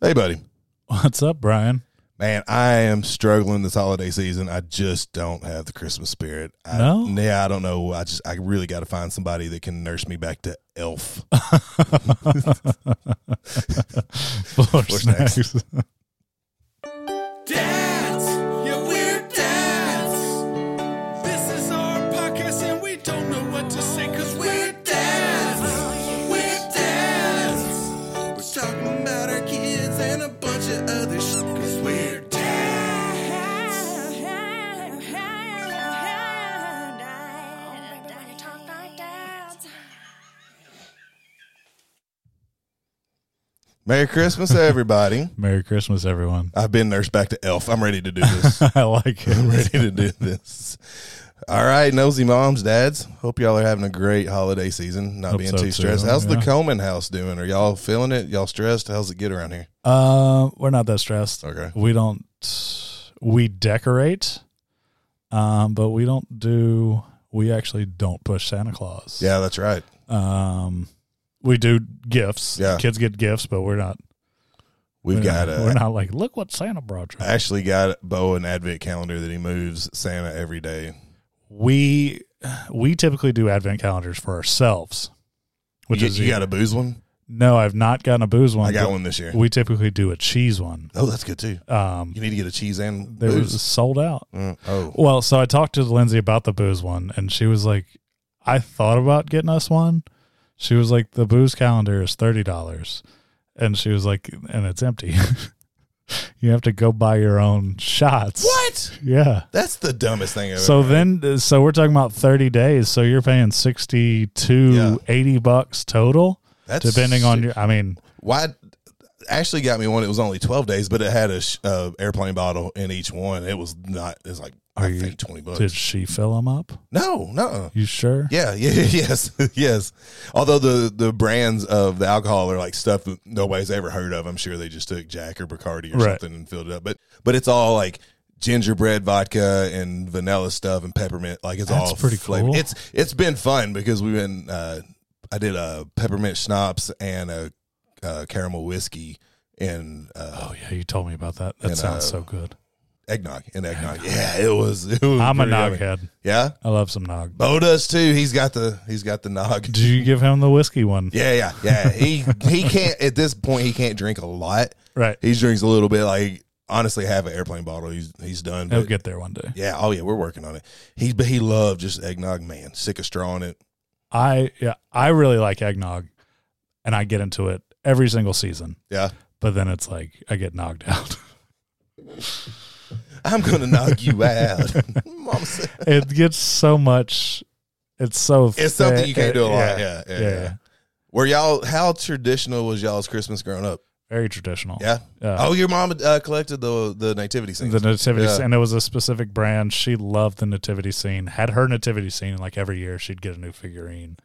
Hey, buddy. What's up, Brian? Man, I am struggling this holiday season. I just don't have the Christmas spirit. I, No? Yeah, I don't know. I just, I really got to find somebody that can nurse me back to elf. Floor snacks. snacks. Dads, yeah, we're dads. This is our podcast, and we don't know what to say because we're dads. We're dads. We're talking about our kids and a bunch of other shit because we're dads. Merry Christmas, everybody. Merry Christmas, everyone. I've been nursed back to elf. I'm ready to do this. I like I'm it. ready to do this. All right, nosy moms, dads. Hope y'all are having a great holiday season. Not Hope being so, too too. stressed. How's the Yeah. Coleman house doing? Are y'all feeling it? Y'all stressed? How's it get around here? Uh, we're not that stressed. Okay. We don't. We decorate, um, but we don't do. We actually don't push Santa Claus. Yeah, that's right. Um, we do gifts. Yeah. Kids get gifts, but we're not. We've we're got not- We're a not like look what Santa brought you. I actually got Bo an advent calendar that he moves Santa every day. we we typically do advent calendars for ourselves, which you, is you got a booze one? no, I've not gotten a booze one. I got but one this year. We typically do a cheese one. Oh, that's good too. Um, You need to get a cheese and there was booze. sold out. Mm, oh, Well, so I talked to Lindsay about the booze one, and she was like, "I thought about getting us one." She was like, "The booze calendar is thirty dollars," and she was like, "And it's empty. you have to go buy your own shots." what? Yeah. That's the dumbest thing I've So ever. then, uh, so we're talking about thirty days. So you're paying sixty to Yeah. eighty bucks total, That's depending on your. I mean, why Ashley got me one. It was only twelve days, but it had a sh- uh, airplane bottle in each one. It was not. It was like Are I you- think twenty bucks. did she fill them up? no, no. You sure? Yeah, yeah, yes, yes. Although the the brands of the alcohol are like stuff that nobody's ever heard of. I'm sure they just took Jack or Bacardi or Right. something and filled it up. But but it's all like gingerbread vodka and vanilla stuff and peppermint. Like it's That's all pretty flavored. cool. It's it's been fun because we've been. Uh, I did a peppermint schnapps and a, uh caramel whiskey and uh, Oh yeah, you told me about that. That And, sounds uh, so good. eggnog and eggnog. Yeah, it was. It was I'm a pretty nog yummy. head. Yeah, I love some nog. Bo does too. He's got the he's got the nog. Did you give him the whiskey one? Yeah, yeah, yeah. He he can't at this point. He can't drink a lot. Right. He drinks a little bit. Like honestly, have an airplane bottle. He's he's done. He'll but- get there one day. Yeah. Oh yeah, we're working on it. He but he loved just eggnog. Man, sick of straw in it. I yeah, I really like eggnog, and I get into it every single season. Yeah. But then it's like I get knocked out. I'm gonna knock you out. Mama said- it gets so much. It's so. It's something you can't thick. do a lot. Yeah, yeah, yeah. yeah. Were y'all how traditional was y'all's Christmas growing up? Very traditional. Yeah. Uh, Oh, your mom uh, collected the the nativity scenes. the nativity Yeah. scene, and it was a specific brand. She loved the nativity scene. Had her nativity scene like every year. She'd get a new figurine.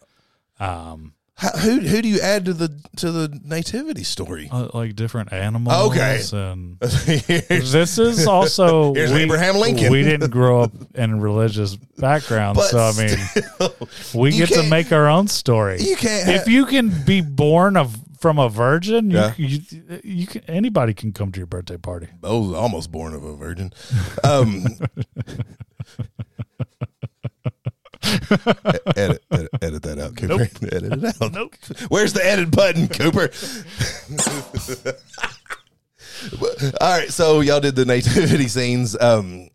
Um, How, who who do you add to the to the nativity story? uh, like different animals. Okay. And Here's- this is also Here's Abraham Lincoln. We didn't grow up in religious background, But so I mean, still, we you get to can't- make our own story. you can't if you can be born of from a virgin, you, Yeah. you, you can, anybody can come to your birthday party. I was almost born of a virgin. Um, e-, edit, edit, edit that out, Cooper. Edit it out. Nope. Where's the edit button, Cooper? All right, so y'all did the nativity scenes. Um,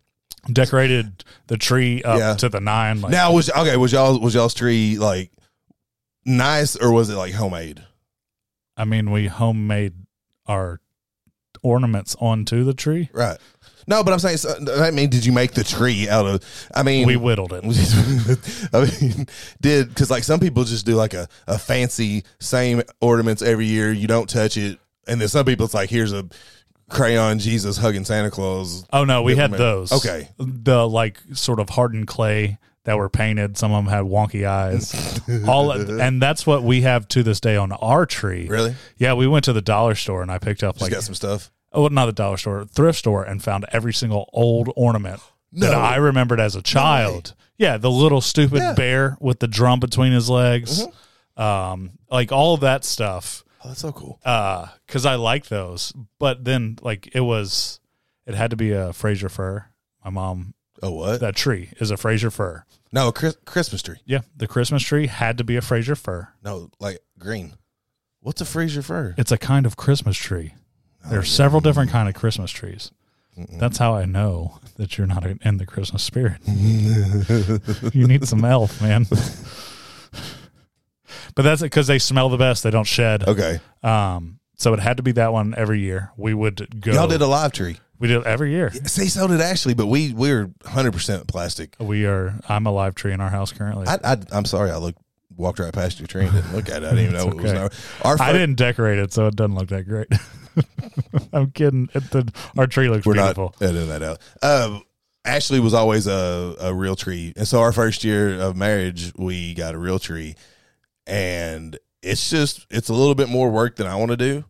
Decorated the tree up Yeah. to the nine. Like, now was okay. Was y'all was y'all's tree like nice or was it like homemade? I mean, we homemade our ornaments onto the tree. Right. No, but I'm saying so, I mean, did you make the tree out of? I mean, We whittled it. I mean, did because like some people just do like a, a fancy same ornaments every year. You don't touch it, and then some people it's like here's a crayon Jesus hugging Santa Claus. Oh no, we Yeah, had man. those. Okay. the like sort of hardened clay that were painted. Some of them had wonky eyes. All and that's what we have to this day on our tree. Really? Yeah, we went to the dollar store and I picked up Just like got some stuff. oh, not the dollar store, thrift store, and found every single old ornament that No. I remembered as a child. yeah, the little stupid Yeah. Mm-hmm. bear with the drum between his legs, um, like all of that stuff. Oh, that's so cool. uh because i like those but then like it was it had to be a fraser fir my mom Oh, what? that tree is a fraser fir no, a Chris- Christmas tree. yeah the christmas tree had to be a fraser fir No, like green. What's a Fraser fir? it's a kind of christmas tree Oh, there are several different kind of christmas trees that's how i know that you're not in the christmas spirit you need some elf man but that's because they smell the best they don't shed Okay. um so it had to be that one every year we would go Y'all did a live tree. we did it every year See, so did Ashley, but we we were 100% plastic. We are. I'm a live tree in our house currently. I, I, I I'm sorry, I looked walked right past your tree and didn't look at it. I didn't even know It's what was okay. there. Our fir- didn't decorate it, so it doesn't look that great. I'm kidding. It, the, our tree looks We're beautiful. not editing that out. Um, Ashley was always a, a real tree, and so our first year of marriage, we got a real tree, and it's just it's a little bit more work than I want to do,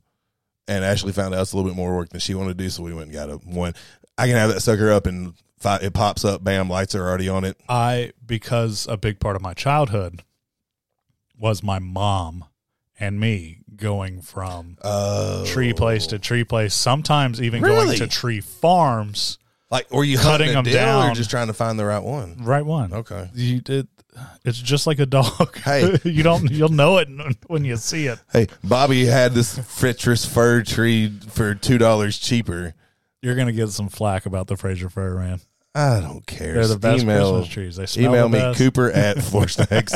and Ashley found out it's a little bit more work than she wanted to do, so we went and got a one. I can have that sucker up and fi- it pops up, bam, lights are already on it. I because a big part of my childhood was my mom and me going from Oh, tree place to tree place. Sometimes even Really? going to tree farms. like or you Cutting cutting them them down, or down. just trying to find the right one. Right one. Okay. You did. It's just like a dog. Hey. you don't. You'll know it when you see it. Hey, Bobby had this citrus fir tree for two dollars cheaper. You're gonna get some flack about the Fraser Fir, man. I don't care. They're the Just best email, Christmas trees. They smell Email the me best. Cooper at Four Stacks.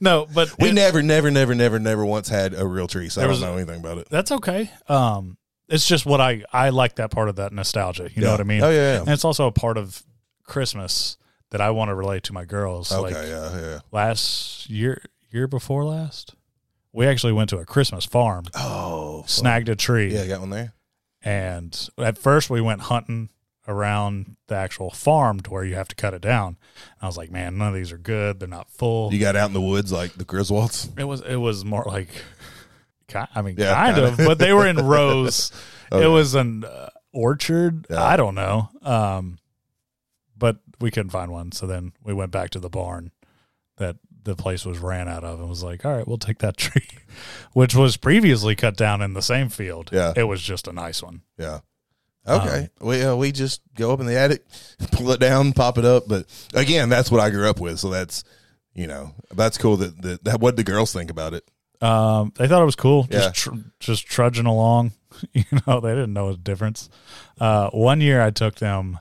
No, but we it- never, never, never, never, never once had a real tree, so I There don't was know a- anything about it. that's okay. Um, it's just what I I like that part of that nostalgia. You know Yeah. what I mean? Oh, yeah, yeah. And it's also a part of Christmas that I want to relate to my girls. Okay, Like yeah, yeah. last year, year before last, we actually went to a Christmas farm, Oh, snagged a tree, yeah, I got one there. and at first we went hunting around the actual farm to where you have to cut it down. And I was like, man, none of these are good. They're not full. You got out in the woods like the Griswolds. It was it was more like, ki- I mean, Yeah, kind kinda. of, but they were in rows. Okay. It was an uh, orchard. Yeah. I don't know, um, but we couldn't find one. So then we went back to the barn that the place was ran out of, and was like, all right, we'll take that tree, which was previously cut down in the same field. Yeah. it was just a nice one. Yeah. Uh-huh. Okay. we uh, we just go up in the attic, pull it down, pop it up. But again, that's what I grew up with, so that's you know that's cool. That that, that what the girls think about it. Um, they thought it was cool, Yeah. just tr- just trudging along. you know, they didn't know the difference. Uh, one year I took them,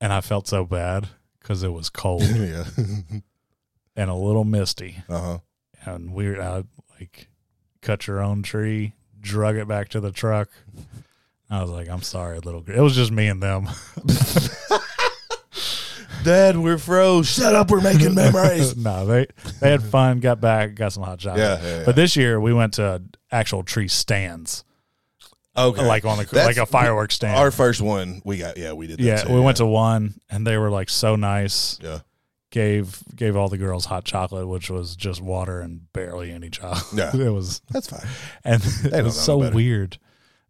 and I felt so bad because it was cold yeah. and a little misty, uh huh. and we were I, like cut your own tree, drug it back to the truck. I was like, "I'm sorry, little." Girl. It was just me and them. Dad, we're froze. Shut up. We're making memories. no, they they had fun, got back, got some hot shots. Yeah, yeah, yeah. But this year we went to actual tree stands, Okay. like on the That's- like a fireworks stand. Our first one, we got yeah, we did. That Yeah, too, we went to one, and they were like so nice. yeah, Gave gave all the girls hot chocolate, which was just water and barely any chocolate. Yeah. it was, that's fine. and don't it was know so better. weird.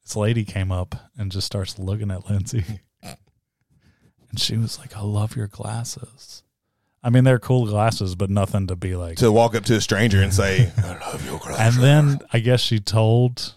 This lady came up and just starts looking at Lindsay, and she was like, "I love your glasses." I mean, they're cool glasses, but nothing to be like. To walk up to a stranger and say, "I love your glasses." and then I guess she told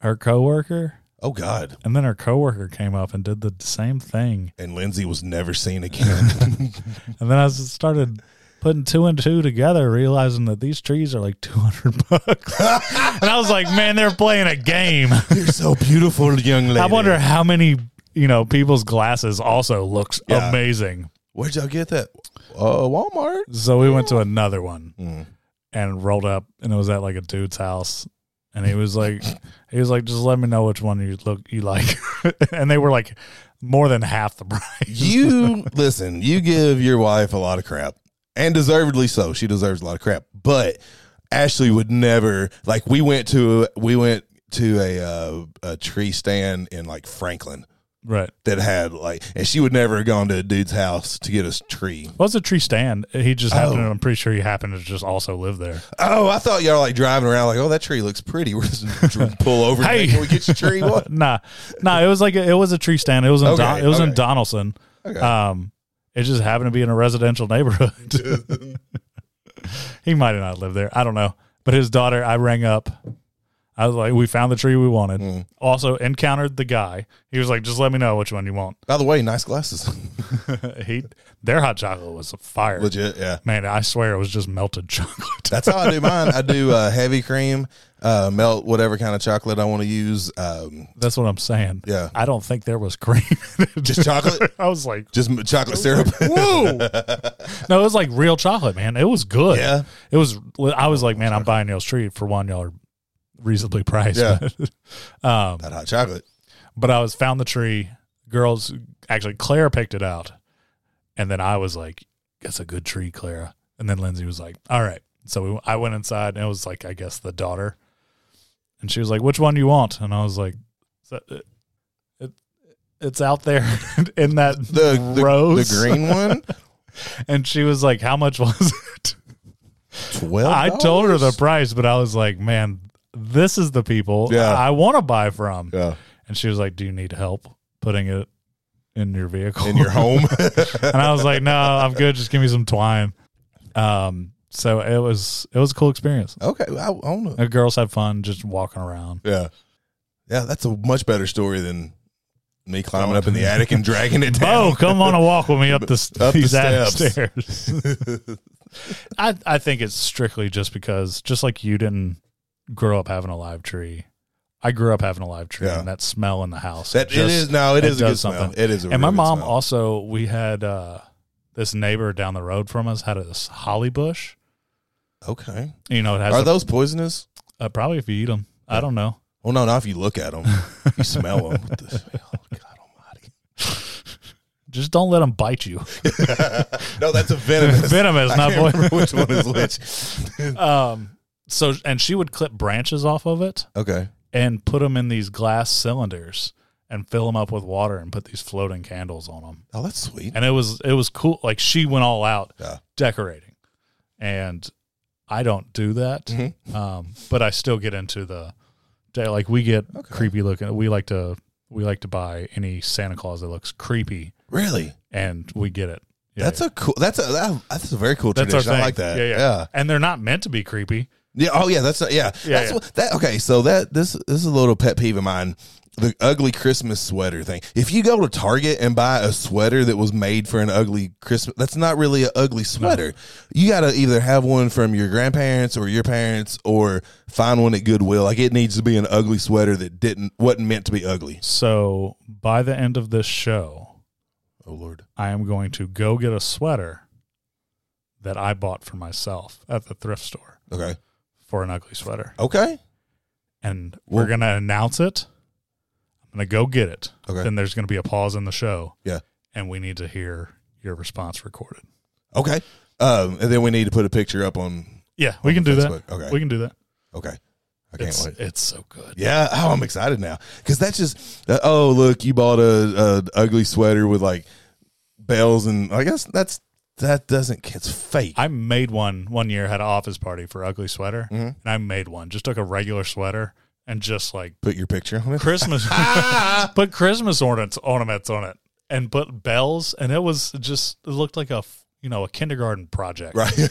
her coworker, oh God! and then her coworker came up and did the same thing. And Lindsay was never seen again. And then I s- started putting two and two together, realizing that these trees are like 200 bucks. and I was like, man, they're playing a game. You're so beautiful, young lady. I wonder how many, you know, people's glasses also looks Yeah. amazing. where'd y'all get that? Uh, Walmart. So we went to another one Mm. and rolled up and it was at like a dude's house. And he was like, he was like, just let me know which one you look you like. and they were like more than half the price. You listen. You give your wife a lot of crap, and deservedly so. She deserves a lot of crap. But Ashley would never like. We went to we went to a uh, a tree stand in like Franklin. Right. that had like, and she would never have gone to a dude's house to get a tree. Well, it's a tree stand. He just happened, Oh. I'm pretty sure he happened to just also live there. Oh, I thought y'all were like driving around, like, oh, that tree looks pretty. We're just gonna pull over. Hey. and, can we get your tree? What? nah, nah. It was like a, it was a tree stand. It was in Okay, Don, it was okay. in Donaldson. Okay. Um, it just happened to be in a residential neighborhood. he might have not lived there. I don't know. But his daughter, I rang up I was like, we found the tree we wanted. Mm. Also encountered the guy. He was like, just let me know which one you want. By the way, nice glasses. he their hot chocolate was fire. Legit, yeah. Man, I swear it was just melted chocolate. That's how I do mine. I do uh, heavy cream, uh, melt whatever kind of chocolate I want to use. Um, That's what I'm saying. Yeah. I don't think there was cream. just chocolate, I was like, just m- chocolate syrup. whoa. no, it was like real chocolate, man. It was good. yeah, It was. I was like, man, I'm buying y'all's treat for one. Y'all are reasonably priced. Yeah. um, not hot chocolate. but I was found the tree. Girls, actually, Clara picked it out, and then I was like, "That's a good tree, Clara." And then Lindsay was like, "All right." So we, I went inside, and it was like, I guess the daughter, and she was like, "Which one do you want?" And I was like, "So, uh, it, "It's out there in that The the, rose." the green one, And she was like, "How much was it?" twelve. I told her the price, but I was like, "Man, this is the people Yeah. I want to buy from." yeah. And she was like, "Do you need help putting it in your vehicle in your home. and I was like, "No, I'm good. Just give me some twine." Um, so it was it was a cool experience. okay, I own it. The girls had fun just walking around. Yeah, yeah. That's a much better story than me climbing up in the attic and dragging it down. Oh, come on a walk with me up the st- Up the these attic steps. stairs. I I think it's strictly just because just like you didn't grow up having a live tree. I grew up having a live tree Yeah. and that smell in the house. That it just- is no, it it is a good does smell. something. It is. A and my really good mom smell. also we had uh this neighbor down the road from us had this holly bush. Okay. You know, it has Are a- those poisonous? uh, probably if you eat them. I don't know. Well, no, not if you look at them. You smell them. What the oh, smell? God almighty. Just don't let them bite you. no, that's a venomous. Venomous, I not can't poison. remember which one is which. Um, so and she would clip branches off of it okay. and put them in these glass cylinders and fill them up with water and put these floating candles on them. Oh, that's sweet. And it was it was cool. Like she went all out Yeah. decorating, and I don't do that. Mm-hmm. Um, but I still get into the day. Like we get creepy looking. We like to we like to buy any Santa Claus that looks creepy, Really? and we get it. Yeah, That's yeah. a cool. That's a that- that's a very cool That's our tradition. I thing. like that. Yeah, yeah, yeah. And they're not meant to be creepy. Yeah. Oh, yeah. That's yeah. Yeah, that's yeah. What, that. Okay. So that this this is a little pet peeve of mine. The ugly Christmas sweater thing. If you go to Target and buy a sweater that was made for an ugly Christmas, that's not really an ugly sweater. You got to either have one from your grandparents or your parents, or find one at Goodwill. Like it needs to be an ugly sweater that didn't wasn't meant to be ugly. So by the end of this show, Oh Lord. I am going to go get a sweater that I bought for myself at the thrift store Okay. for an ugly sweater. Okay. And Well- we're going to announce it. I'm going to go get it. Okay. Then there's going to be a pause in the show. Yeah. And we need to hear your response recorded. Okay. Um, and then we need to put a picture up on. Yeah, we can do that. Facebook, okay. We can do that. Okay. I can't It's, wait. it's so good. Yeah. Oh, I'm excited now because that's just uh, oh look, you bought a, a ugly sweater with like bells and I guess that's that doesn't it's fake. I made one one year, had an office party for ugly sweater, Mm-hmm. and I made one. Just took a regular sweater and just like Put your picture on it. Christmas, put Christmas ornaments ornaments on it, and put bells, and it was just it looked like a f- you know a kindergarten project. Right.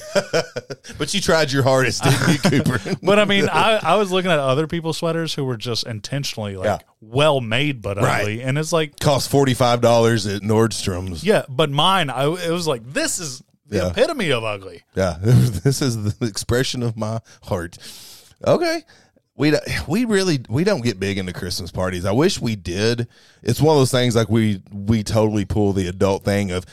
but you tried your hardest, didn't you, Cooper? But I mean, I, I was looking at other people's sweaters who were just intentionally like Yeah. well made but Right. ugly, and it's like cost forty five dollars at Nordstrom's. yeah, but mine, I it was like this is the Yeah. epitome of ugly. Yeah, this is the expression of my heart. Okay, we do- we really we don't get big into Christmas parties. I wish we did. It's one of those things like we we totally pull the adult thing of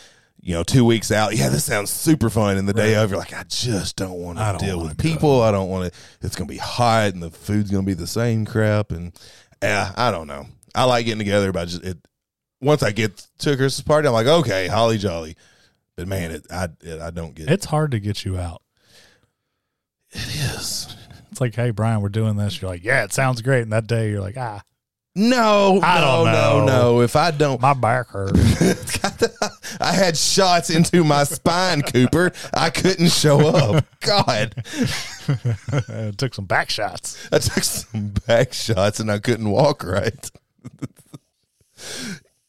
you know two weeks out. Yeah, this sounds super fun. And the day of, you're like, I just don't want I to don't deal wanna with people. I don't want to. It's gonna be hot, and the food's gonna be the same crap. And yeah, I don't know. I like getting together, but I just it. Once I get to a Christmas party, I'm like, okay, holly jolly. But man, it, I it, I don't get It's hard to get you out. this. It's like, hey Brian, we're doing this. You're like, yeah, it sounds great. And that day, you're like, ah, No, I no, don't no, know. no. If I don't, my back hurts. I had shots into my spine, Cooper. I couldn't show up. God, took some back shots. I took some back shots and I couldn't walk right.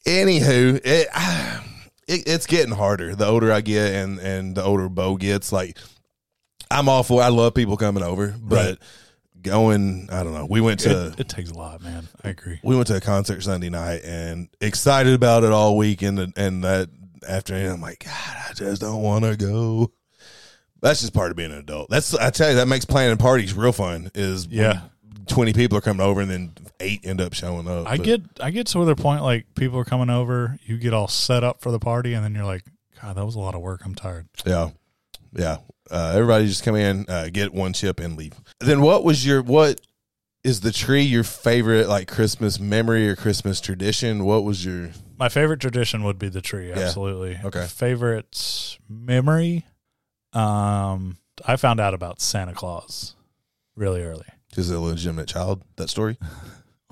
Anywho, it, ah, it it's getting harder the older I get and and the older Bo gets. Like I'm all for. I love people coming over, but going. I don't know. We went to it, it takes a lot, man. I agree. we went to a concert Sunday night and excited about it all week and the, and that afternoon I'm like, God, I just don't want to go. That's just part of being an adult. That's I tell you that makes planning parties real fun. Is when Yeah. twenty people are coming over and then eight end up showing up. I But get I get to the point like people are coming over, you get all set up for the party, and then you're like, God, that was a lot of work. I'm tired. yeah, yeah. Uh, everybody just come in, uh, get one chip and leave. Then what was your what is the tree your favorite like Christmas memory or Christmas tradition? What was your My favorite tradition would be the tree, Yeah. absolutely. Okay. Favorite memory. Um I found out about Santa Claus really early. is it a legitimate child that story?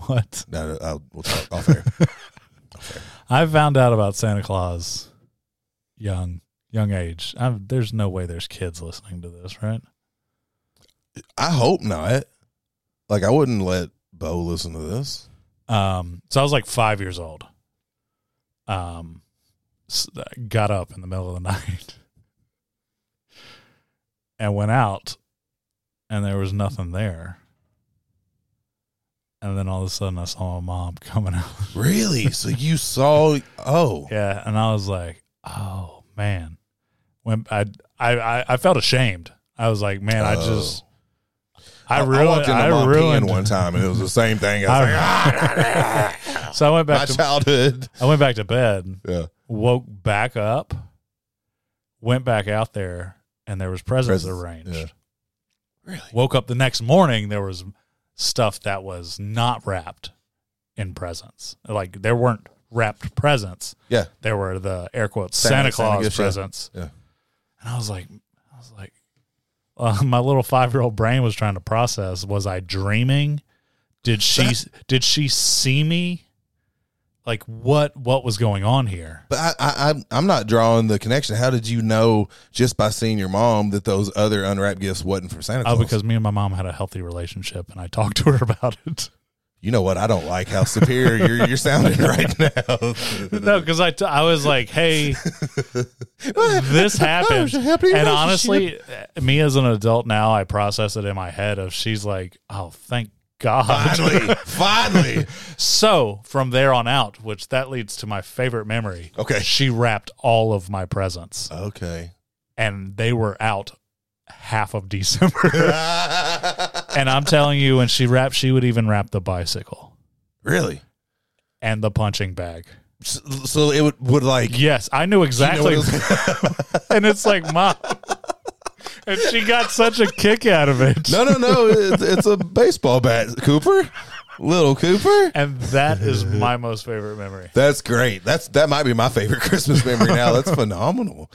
What? No, no, I'll, we'll talk off air. I found out about Santa Claus young, young age. i there's no way there's kids listening to this, right? I hope not. Like I wouldn't let Bo listen to this. Um, so I was like five years old. Um, s- got up in the middle of the night and went out, and there was nothing there. And then all of a sudden, I saw my mom coming out. Really? so you saw? Oh, Yeah, and I was like, "Oh man," when I I I, I felt ashamed. I was like, "Man, I just I really Oh. walked into I, Mom peeing ruined one time, and it was the same thing. I was like, I- so I went "Ah, my back to childhood. I went back to bed, Yeah, woke back up, went back out there, and there was presents, Presents, arranged. yeah. really? Woke up the next morning, there was stuff that was not wrapped in presents. Like there weren't wrapped presents. Yeah. There were the air quotes Santa- Santa, Santa Claus gifts, yeah. presents. Yeah. And I was like, I was like, uh, my little five year old brain was trying to process: was I dreaming? Did she did she see me? Like what what was going on here? But I, I, I'm- I'm not drawing the connection. How did you know just by seeing your mom that those other unwrapped gifts wasn't from Santa Claus? Oh, because me and my mom had a healthy relationship, and I talked to her about it. you know what? I don't like how superior you're, you're sounding right now. no, because I, t- I was like, hey, this happened. a happy relationship. And honestly, eh, me as an adult now, I process it in my head of she's like, oh, thank God. finally, finally. so from there on out, which that leads to my favorite memory. Okay. She wrapped all of my presents Okay. and they were out half of December. and I'm telling you, when she wrapped, she would even wrap the bicycle really? and the punching bag. So, so it would, would like Yes, I knew exactly. You know what it was- and it's like, mom. And she got such a kick out of it. no, no, no. It's, it's a baseball bat, Cooper. Little Cooper. And that is my most favorite memory. That's great. That's that might be my favorite Christmas memory now. That's phenomenal.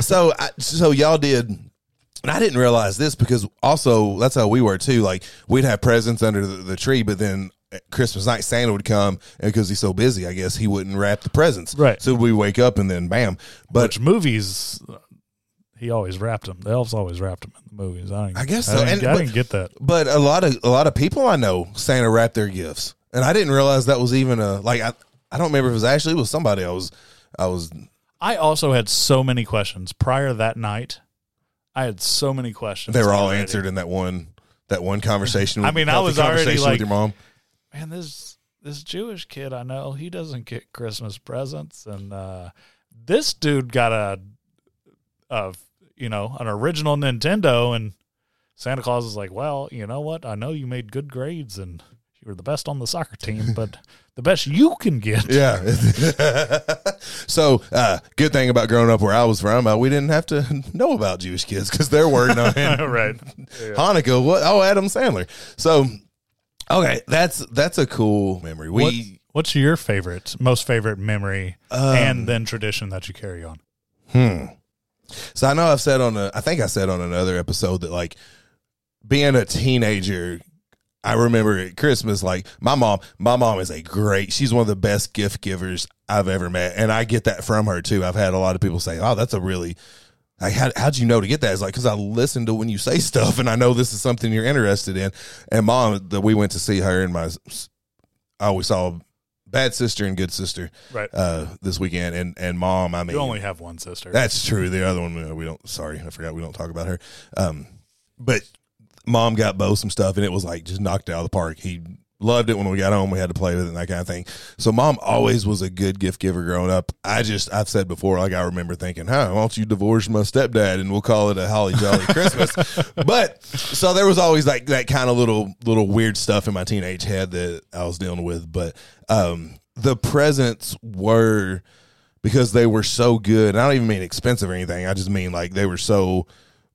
so, I, so y'all did, and I didn't realize this because also that's how we were too. Like we'd have presents under the, the tree, but then at Christmas night Santa would come, and because he's so busy, I guess he wouldn't wrap the presents. Right. So we wake up and then bam. But Which movies, he always wrapped them. The elves always wrapped them in the movies. I, didn't, I guess I so. Didn't, And- I but- didn't get that. But a lot of a lot of people I know Santa wrapped their gifts, and I didn't realize that was even a like. I, I don't remember if it was Ashley. It was somebody. I was I was I also had so many questions prior that night. I had so many questions. they were all already. answered in that one that one conversation. I with- mean, I healthy was already conversation like- with your mom. man, this this Jewish kid I know, he doesn't get Christmas presents, and uh, this dude got a, a, you know, an original Nintendo, and Santa Claus is like, well, you know what? I know you made good grades and you were the best on the soccer team, but the best you can get. Yeah. so, uh, good thing about growing up where I was from, uh, we didn't have to know about Jewish kids because there were none. right. Hanukkah. What? Oh, Adam Sandler. So, okay, that's that's a cool memory. We. What, what's your favorite, most favorite memory, Um, and then tradition that you carry on? Hmm. So I know I've said on a, I think I said on another episode that like being a teenager, I remember at Christmas, like my mom, my mom is a great, she's one of the best gift givers I've ever met. And I get that from her too. I've had a lot of people say, oh, that's a really, like, how, how'd you know to get that? It's like, cause I listen to when you say stuff and I know this is something you're interested in. And mom, that we went to see her and my, s- I always saw bad sister and good sister, Right. uh, this weekend. And, and mom, I mean, you only have one sister. that's true. The other one uh, we don't. Sorry, I forgot we don't talk about her. Um, but mom got Bo some stuff, and it was like just knocked it out of the park. He loved it when we got home. We had to play with it and that kind of thing. So mom always was a good gift giver growing up. I just I've said before, like I remember thinking, "Huh, why don't you divorce my stepdad and we'll call it a holly jolly Christmas?" but so there was always like that kind of little little weird stuff in my teenage head that I was dealing with. But um, the presents were because they were so good. And I don't even mean expensive or anything. I just mean like they were so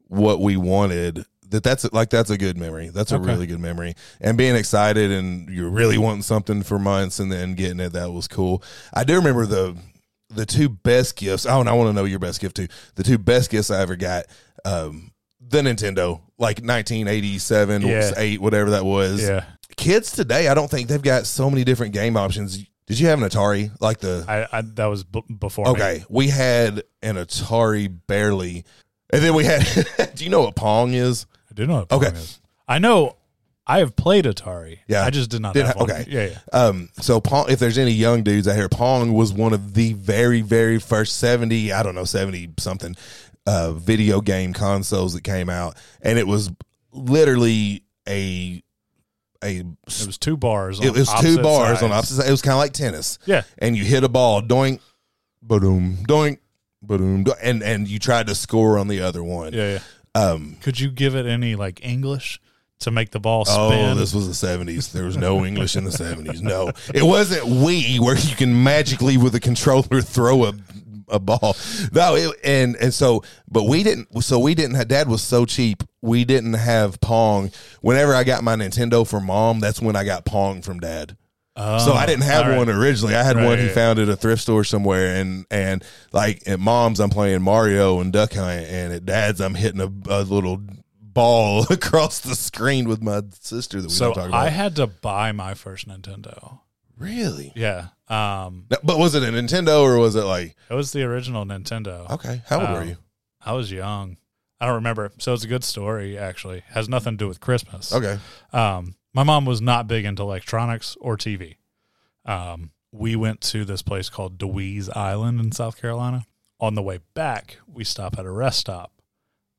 what we wanted that that's like that's a good memory. That's a Okay. really good memory. And being excited and you're really wanting something for months and then getting it that was cool. I do remember the the two best gifts. Oh, and I want to know your best gift too. The two best gifts I ever got. Um, the Nintendo, like 1987 Yeah. or 8, whatever that was Yeah. kids today, I don't think they've got so many different game options. Did you have an Atari? Like the I, I that was b- before. me. okay, we had an Atari barely, and then we had. do you know what Pong is? I do know. What Okay. Pong is. I know. I have played Atari. Yeah. I just did not. Did have ha- one. okay. Yeah. Yeah. Um, so Pong, if there's any young dudes out here, Pong was one of the very, very first 70, I don't know, 70 something, uh, video game consoles that came out. And it was literally a, a, It was two bars. On it was two opposite bars on sides. opposite sides. It was kind of like tennis. Yeah. and you hit a ball, doink, boom, doink, boom, and and you tried to score on the other one. Yeah. Yeah. Um, Could you give it any like English to make the ball spin? oh, this was the seventies. There was no English in the seventies. No, it wasn't we where you can magically with a controller throw a a ball. No, it, and and so, but we didn't. So we didn't. Have, Dad was so cheap. We didn't have Pong. Whenever I got my Nintendo from Mom, that's when I got Pong from Dad. Oh, So I didn't have all right. one originally. I had Right, one he yeah. found at a thrift store somewhere, and and like at mom's, I'm playing Mario and Duck Hunt, and at dad's, I'm hitting a, a little ball across the screen with my sister that we So don't talk about. I had to buy my first Nintendo. really? Yeah. Um. No, But was it a Nintendo or was it like It was the original Nintendo. okay? How old were Um, you? I was young. I don't remember. So it's a good story actually. Has nothing to do with Christmas. Okay, Um, my mom was not big into electronics or TV. Um, we went to this place called Dewey's Island in South Carolina. On the way back, we stop at a rest stop.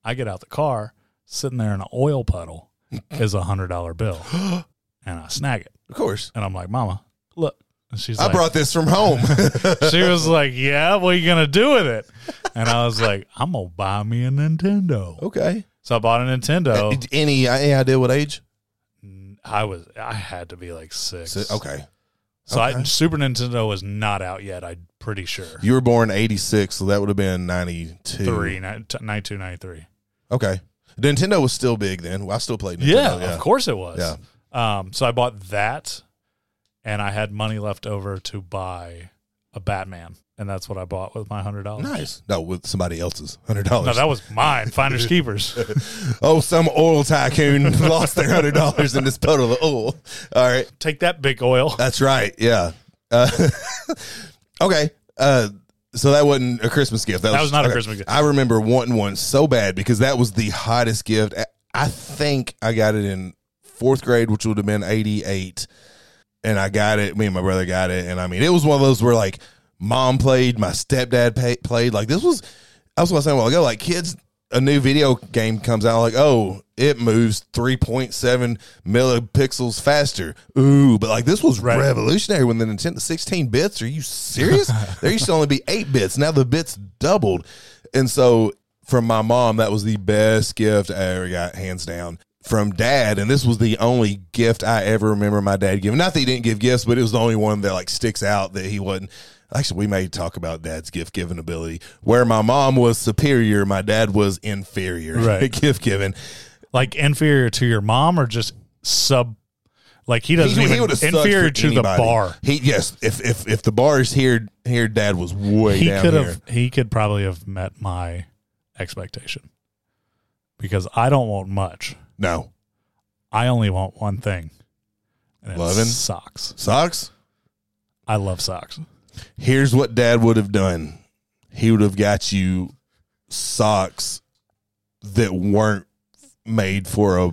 I get out the car, sitting there in an oil puddle is a hundred dollar bill, and I snag it. of course. And I'm like, "Mama, look." And she's I like, brought this from home. she was like, "Yeah, what are you gonna do with it?" And I was like, "I'm gonna buy me a Nintendo." okay. So I bought a Nintendo. Did Any any idea what age? I was I had to be like six. So- okay, So I, Okay. Super Nintendo was not out yet. I'm pretty sure. you were born '86, so that would have been '92. Three, nine, t- 9293. Okay. Nintendo was still big then. Well, I still played. Nintendo, Yeah, of course it was. Yeah. Um, so I bought that, and I had money left over to buy a Batman, and that's what I bought with my hundred dollars. Nice. No, with somebody else's hundred dollars. Oh, No, that was mine. Finders keepers. oh, some oil tycoon lost their hundred dollars in this puddle of oil. All right, Take that, big oil. that's right. Yeah. Uh, okay. Uh, so that wasn't a Christmas gift. That was not a okay. Christmas gift. I remember wanting one so bad because that was the hottest gift. I- I think I got it in fourth grade, which would have been '88, and I got it. Me and my brother got it, and I mean, it was one of those where like mom played, my stepdad pay, played. Like this was, I was saying a while ago. Like kids, a new video game comes out, like oh, it moves three point seven millipixels faster. Ooh, but like this was Right. revolutionary when the Nintendo sixteen bits. Are you serious? there used to only be eight bits. Now the bits doubled, and so from my mom, that was the best gift I ever got, hands down. From dad, and this was the only gift I ever remember my dad giving. Not that he didn't give gifts, but it was the only one that like sticks out that he wasn't. Actually, we may talk about dad's gift giving ability. Where my mom was superior, my dad was inferior. Right. at gift giving. Like inferior to your mom, or just sub. Like he doesn't even would've sucked inferior for to anybody. the bar. He yes, if if if the bar is here, here dad was way he down could here. have he could probably have met my expectation because i don't want much No i only want one thing and it's Lovin'? socks socks. i love socks here's what dad would have done he would have got you socks that weren't made for a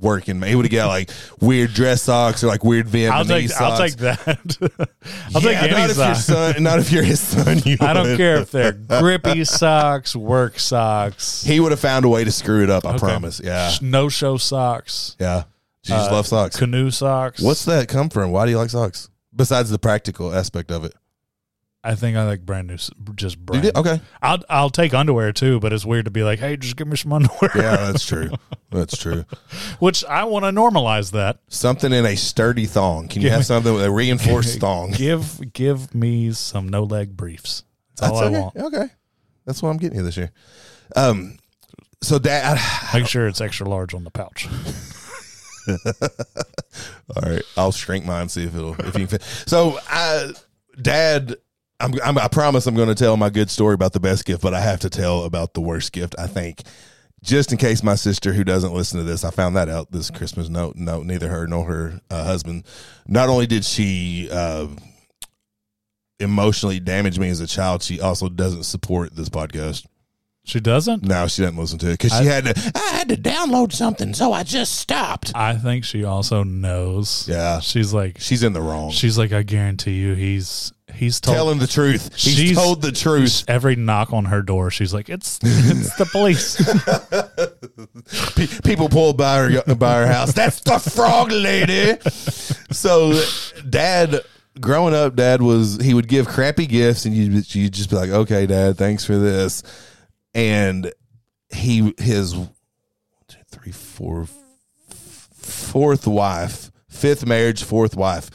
working. man. He would have got like weird dress socks or like weird Vietnamese I'll take. socks. I'll take that. I'll Yeah, take not any if your socks. son, not if you're his son. You I don't would. care if they're grippy socks, work socks, He would have found a way to screw it up. I Okay. promise. Yeah, no show socks, yeah. She just Uh, loves socks. canoe socks. What's that come from? Why do you like socks? Besides the practical aspect of it, I think I like brand new, s- just You brand. did- Oh. okay. I'll I'll take underwear too, but it's weird to be like, hey, just give me some underwear. Yeah, that's true. That's true. Which I want to normalize that. Something in a sturdy thong. Can you have something with a reinforced thong? Give give me some no leg briefs. That's all I okay. want. Okay, that's what I'm getting you this year. Um, so dad, Make sure it's extra large on the pouch. All right, I'll shrink mine. See if it'll if you can fit. So, I, Dad, I'm, I'm I promise I'm going to tell my good story about the best gift, but I have to tell about the worst gift. I think, just in case my sister who doesn't listen to this, I found that out this Christmas. No, no, neither her nor her uh, husband. Not only did she uh, emotionally damage me as a child, she also doesn't support this podcast. She doesn't. No, she doesn't listen to it because she had to. I had to download something, so I just stopped. I think she also knows. Yeah. She's like She's in the wrong. she's like I guarantee you he's he's told Tell him the truth. He's She's- told the truth. every knock on her door. She's like it's it's the police. Pe- people pull by her by her house. That's the frog lady. So, dad, growing up, dad was he would give crappy gifts, and you you just be like, okay, dad, thanks for this. And he his one, two, three, four, f- fourth wife, fifth marriage, fourth wife.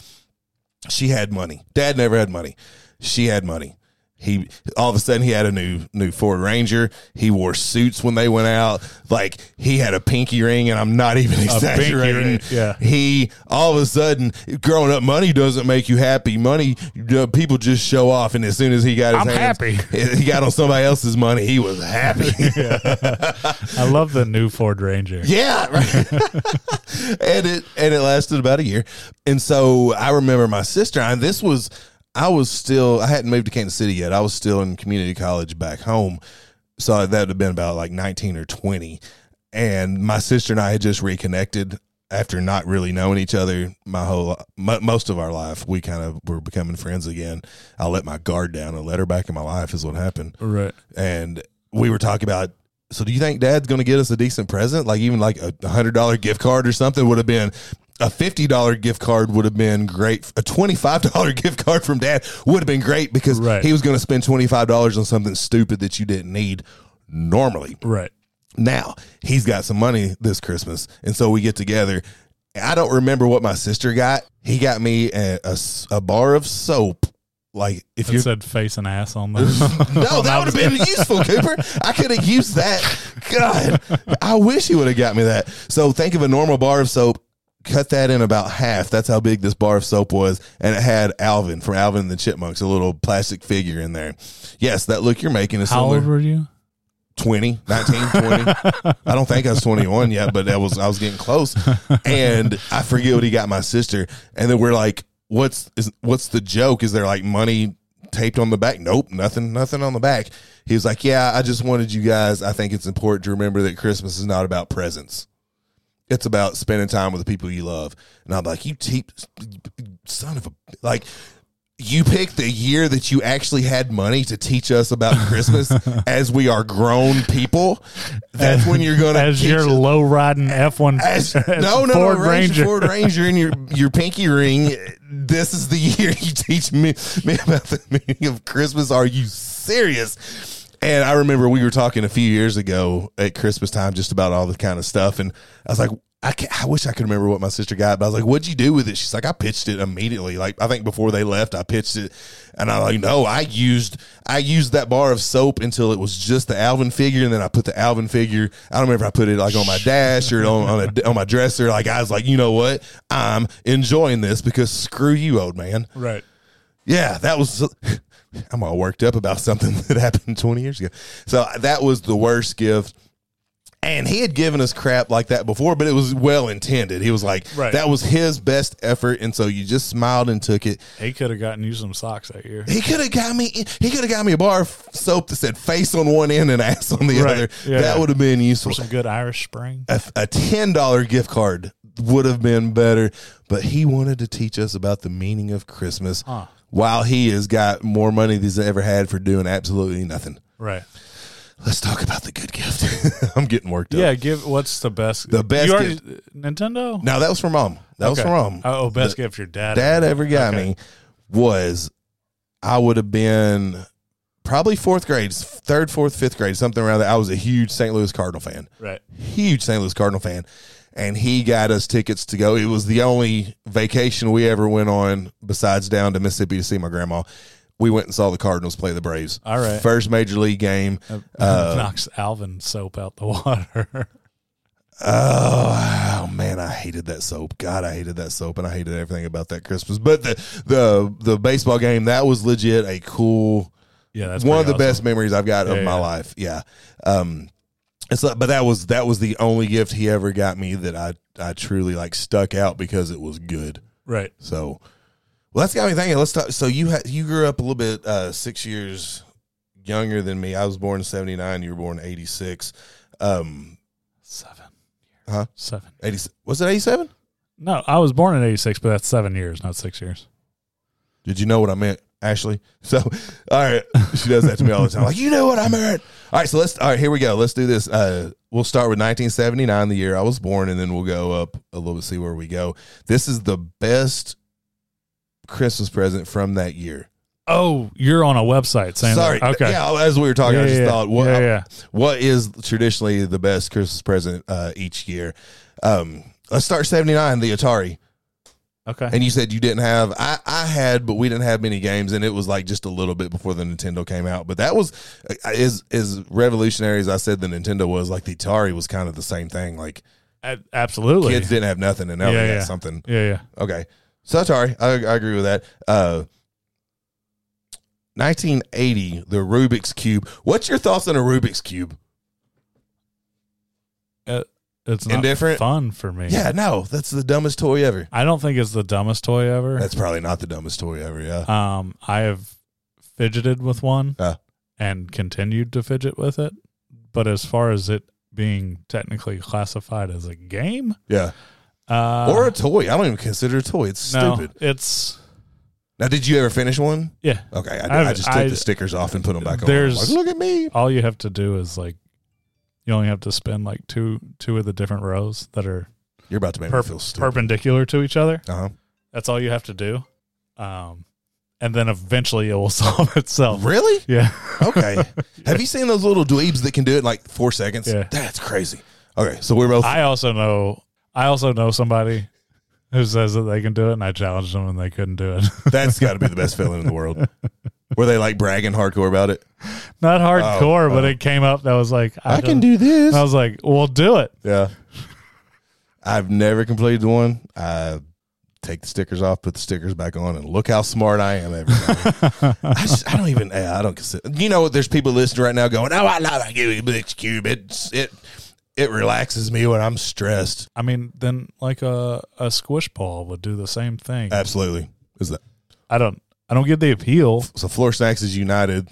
She had money. Dad never had money. She had money. He all of a sudden he had a new new Ford Ranger. He wore suits when they went out. Like he had a pinky ring, and I'm not even exaggerating. ring, yeah. He all of a sudden growing up, money doesn't make you happy. Money uh, people just show off, and as soon as he got his I'm hands- happy. he got on somebody else's money, he was happy. I love the new Ford Ranger. Yeah, right. and it and it lasted about a year. And so I remember my sister and this was I was still I hadn't moved to Kansas City yet. I was still in community college back home. So that would have been about like 19 or 20. And my sister and I had just reconnected after not really knowing each other my whole mo most of our life. We kind of were becoming friends again. I let my guard down and let her back in my life is what happened Right. and we were talking about so do you think dad's going to get us a decent present like even like a $100 gift card or something would have been a $50 gift card would have been great a $25 gift card from dad would have been great because Right. he was going to spend $25 on something stupid that you didn't need normally Right. now he's got some money this Christmas, and so we get together. I don't remember what my sister got. He got me a, a s- a bar of soap. Like if It you said face and ass on the no, that would have been useful, Cooper. I could have used that. God, I wish he would have got me that. So think of a normal bar of soap. Cut that in about half. That's how big this bar of soap was, and it had Alvin from Alvin and the Chipmunks, a little plastic figure in there. Yes, that look you're making is How similar. old were you? 20, 19, 20. I don't think I was 21 yet, but that was I was getting close. And I forget what he got my sister. And then we're like, what's is, what's the joke? Is there like money taped on the back? Nope, nothing, nothing on the back. He was like, yeah, I just wanted you guys. I think it's important to remember that Christmas is not about presents. It's about spending time with the people you love. And I'm like, you te- son of a like you picked the year that you actually had money to teach us about Christmas as we are grown people. That's when you're going to As your low riding F one as, no, no, Ford no, Ranger, Ranger. Ford Ranger in your your pinky ring. This is the year you teach me, me about the meaning of Christmas. Are you serious? And I remember we were talking a few years ago at Christmas time just about all the kind of stuff, and I was like. I, can't, I wish I could remember what my sister got, but I was like, "What'd you do with it?" She's like, "I pitched it immediately. Like I think before they left, I pitched it, and I'm like, no, I used I used that bar of soap until it was just the Alvin figure, and then I put the Alvin figure. I don't remember if I put it like on my dash or on on, a, on my dresser. Like I was like, you know what, I'm enjoying this because screw you, old man. Right. Yeah, that was. I'm uh, all worked up about something that happened 20 years ago. So that was the worst gift. And he had given us crap like that before, but it was well intended. He was like, Right. that was his best effort. And so you just smiled and took it. He could have gotten you some socks that year. He could have got me. He could have got me a bar of soap that said face on one end and ass on the Right. other. Yeah. That would have been useful. For some good Irish Spring. A, a ten dollar gift card would have been better, but he wanted to teach us about the meaning of Christmas. Huh. While he has got more money than he's ever had for doing absolutely nothing. Right. Let's talk about the good gift. I'm getting worked Yeah, up. give what's the best The best you already, Nintendo? Now that was for mom. That was for Okay. mom. Oh, best gift your dad. Dad ever got Okay. me was I would have been probably fourth grade, third, fourth, fifth grade, something around that. I was a huge St. Louis Cardinal fan. Right. huge St. Louis Cardinal fan, and he got us tickets to go. It was the only vacation we ever went on besides down to Mississippi to see my grandma. We went and saw the Cardinals play the Braves. All right. Uh, First major league game. uh, knocks Alvin soap out the water. Oh, oh, man, I hated that soap. God, I hated that soap, and I hated everything about that Christmas. But the the the baseball game that was legit a cool yeah, that's one of the pretty best memories I've got Yeah, of my yeah. life. Yeah. Um, it's like, but that was that was the only gift he ever got me that I I truly like stuck out because it was good. awesome. Right. So, well, that's got me thinking. Let's talk. So you had you grew up a little bit uh, six years younger than me. I was born in seventy nine. You were born eighty six. Um, Seven. Huh? Seven. eighty was it eighty seven? No, I was born in eighty six, but that's seven years, not six years. Did you know what I meant, Ashley? So, all right, she does that to me all the time. Like, you know what I meant. All right, so let's. All right, here we go. Let's do this. Uh, we'll start with 1979, the year I was born, and then we'll go up a little bit, see where we go. This is the best Christmas present from that year. Oh, you're on a website saying Sorry. that. Okay. Yeah, as we were talking, I Yeah, just yeah, thought, what, yeah, yeah. what is traditionally the best Christmas present uh, each year? Um, let's start 79, the Atari. Okay. And you said you didn't have I I had but we didn't have many games and it was like just a little bit before the Nintendo came out but that was uh, as as revolutionary as I said the Nintendo was like the Atari was kind of the same thing like A- absolutely. kids didn't have nothing and now Yeah, they got yeah. something Yeah, yeah. okay so Atari I, I agree with that uh 1980 the Rubik's cube what's your thoughts on a Rubik's cube It, it's not Indifferent? fun for me. yeah no that's the dumbest toy ever I don't think it's the dumbest toy ever. that's probably not the dumbest toy ever yeah Um, I have fidgeted with one Uh. and continued to fidget with it, but as far as it being technically classified as a game, yeah uh, or a toy I don't even consider it a toy it's no, stupid it's now did you ever finish one yeah. Okay, I, I've- I just took I- the stickers off and put them back on. There's- Like, look at me. All you have to do is like, you only have to spin like two two of the different rows that are You're about to make perp- me feel stupid. perpendicular to each other. Uh That's all you have to do, um, and then eventually it will solve huh. itself. Really? Yeah. Okay. Have you seen those little dweebs that can do it in like four seconds? Yeah. That's crazy. Okay, so we're both. I also know I also know somebody who says that they can do it, and I challenged them, and they couldn't do it. that's got to be the best feeling in the world. Were they like bragging hardcore about it? Not hardcore, but oh. it came up that was like I, can don't- do this. I was like, "Well, do it." yeah. I've never completed one. I take the stickers off, put the stickers back on, and look how smart I am every time. I, just, I don't even. yeah, I don't consider. You know, there's people listening right now going, "Oh, I love a Rubik's cube. It's it it relaxes me when I'm stressed." I mean, then like a a squish ball would do the same thing. Absolutely. Is that I don't I don't get the appeal. so? Floor snacks is united.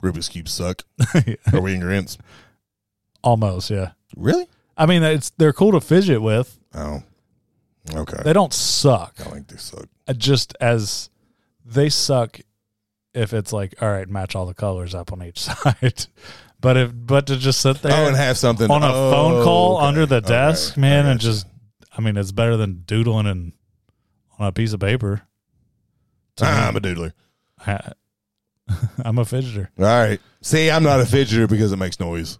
Rubik's cubes suck. Are we in agreement? Almost, yeah. Really? I mean, it's they're cool to fidget with. Oh, okay. They don't suck. I think they suck. Uh, Just as they suck, if it's like, all right, match all the colors up on each side. But if but to just sit there Oh, and have something on a Oh, phone call okay. under the Okay. desk, I man, and gotcha. just I mean, it's better than doodling and on a piece of paper. I'm a doodler. I- I'm a fidgeter. All right. See, I'm not a fidgeter because it makes noise.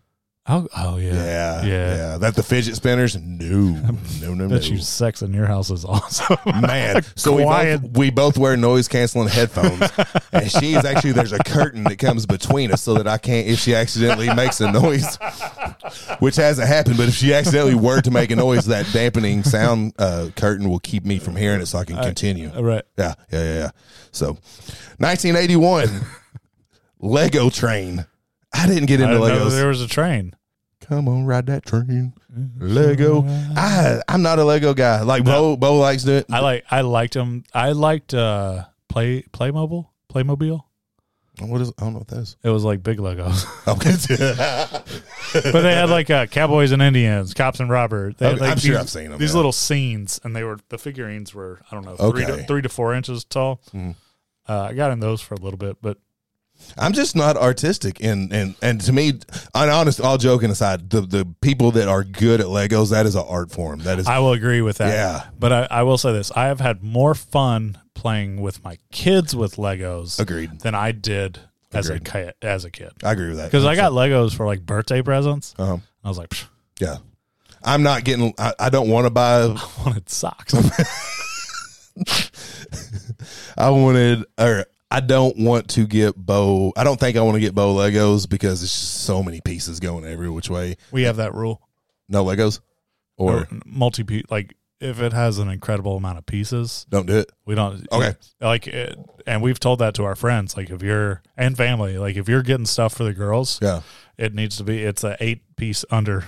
Oh, oh yeah. Yeah. Yeah. That the fidget spinners? No. No, no, no. Mm. That you sex in your house is awesome. Man. So we both, Quiet. we both wear noise canceling headphones. and she's actually, there's a curtain that comes between us so that I can't, if she accidentally makes a noise, which hasn't happened, but if she accidentally were to make a noise, that dampening sound uh, curtain will keep me from hearing it so I can continue. All right. Yeah. Yeah. Yeah. yeah. So 1981, Lego train. I didn't get I into didn't know Legos. there was a train. Come on, ride that train. Mm-hmm. Lego. I I'm not a Lego guy. Like Bo Bo likes to do it. I like I liked him. I liked uh play Playmobil Playmobil. What is I don't know what that is. It was like big Legos, Okay. but they had like uh, cowboys and Indians, cops and robbers. They had, Okay, like, I'm sure these- I've seen 'em, These yeah. little scenes, and they were the figurines were I don't know three Okay. to, three to four inches tall. Mm. Uh, I got in those for a little bit, but I'm just not artistic, and and and to me, and honest, all joking aside, the the people that are good at Legos, that is an art form. That is I will agree with that. Yeah. But I, I will say this: I have had more fun playing with my kids with Legos agreed. than I did as Agreed. a kid. As a kid, I agree with that because I got Legos for like birthday presents. Uh-huh. I was like, "Psh, yeah. I'm not getting. I, I don't want to buy. I wanted socks. I wanted or. I don't want to get Bo. I don't think I want to get Bo Legos because it's just so many pieces going every which way. we have that rule. No Legos, or multi piece like if it has an incredible amount of pieces don't do it. we don't Okay. like it, and we've told that to our friends like if you're and family like if you're getting stuff for the girls Yeah, it needs to be it's a eight piece under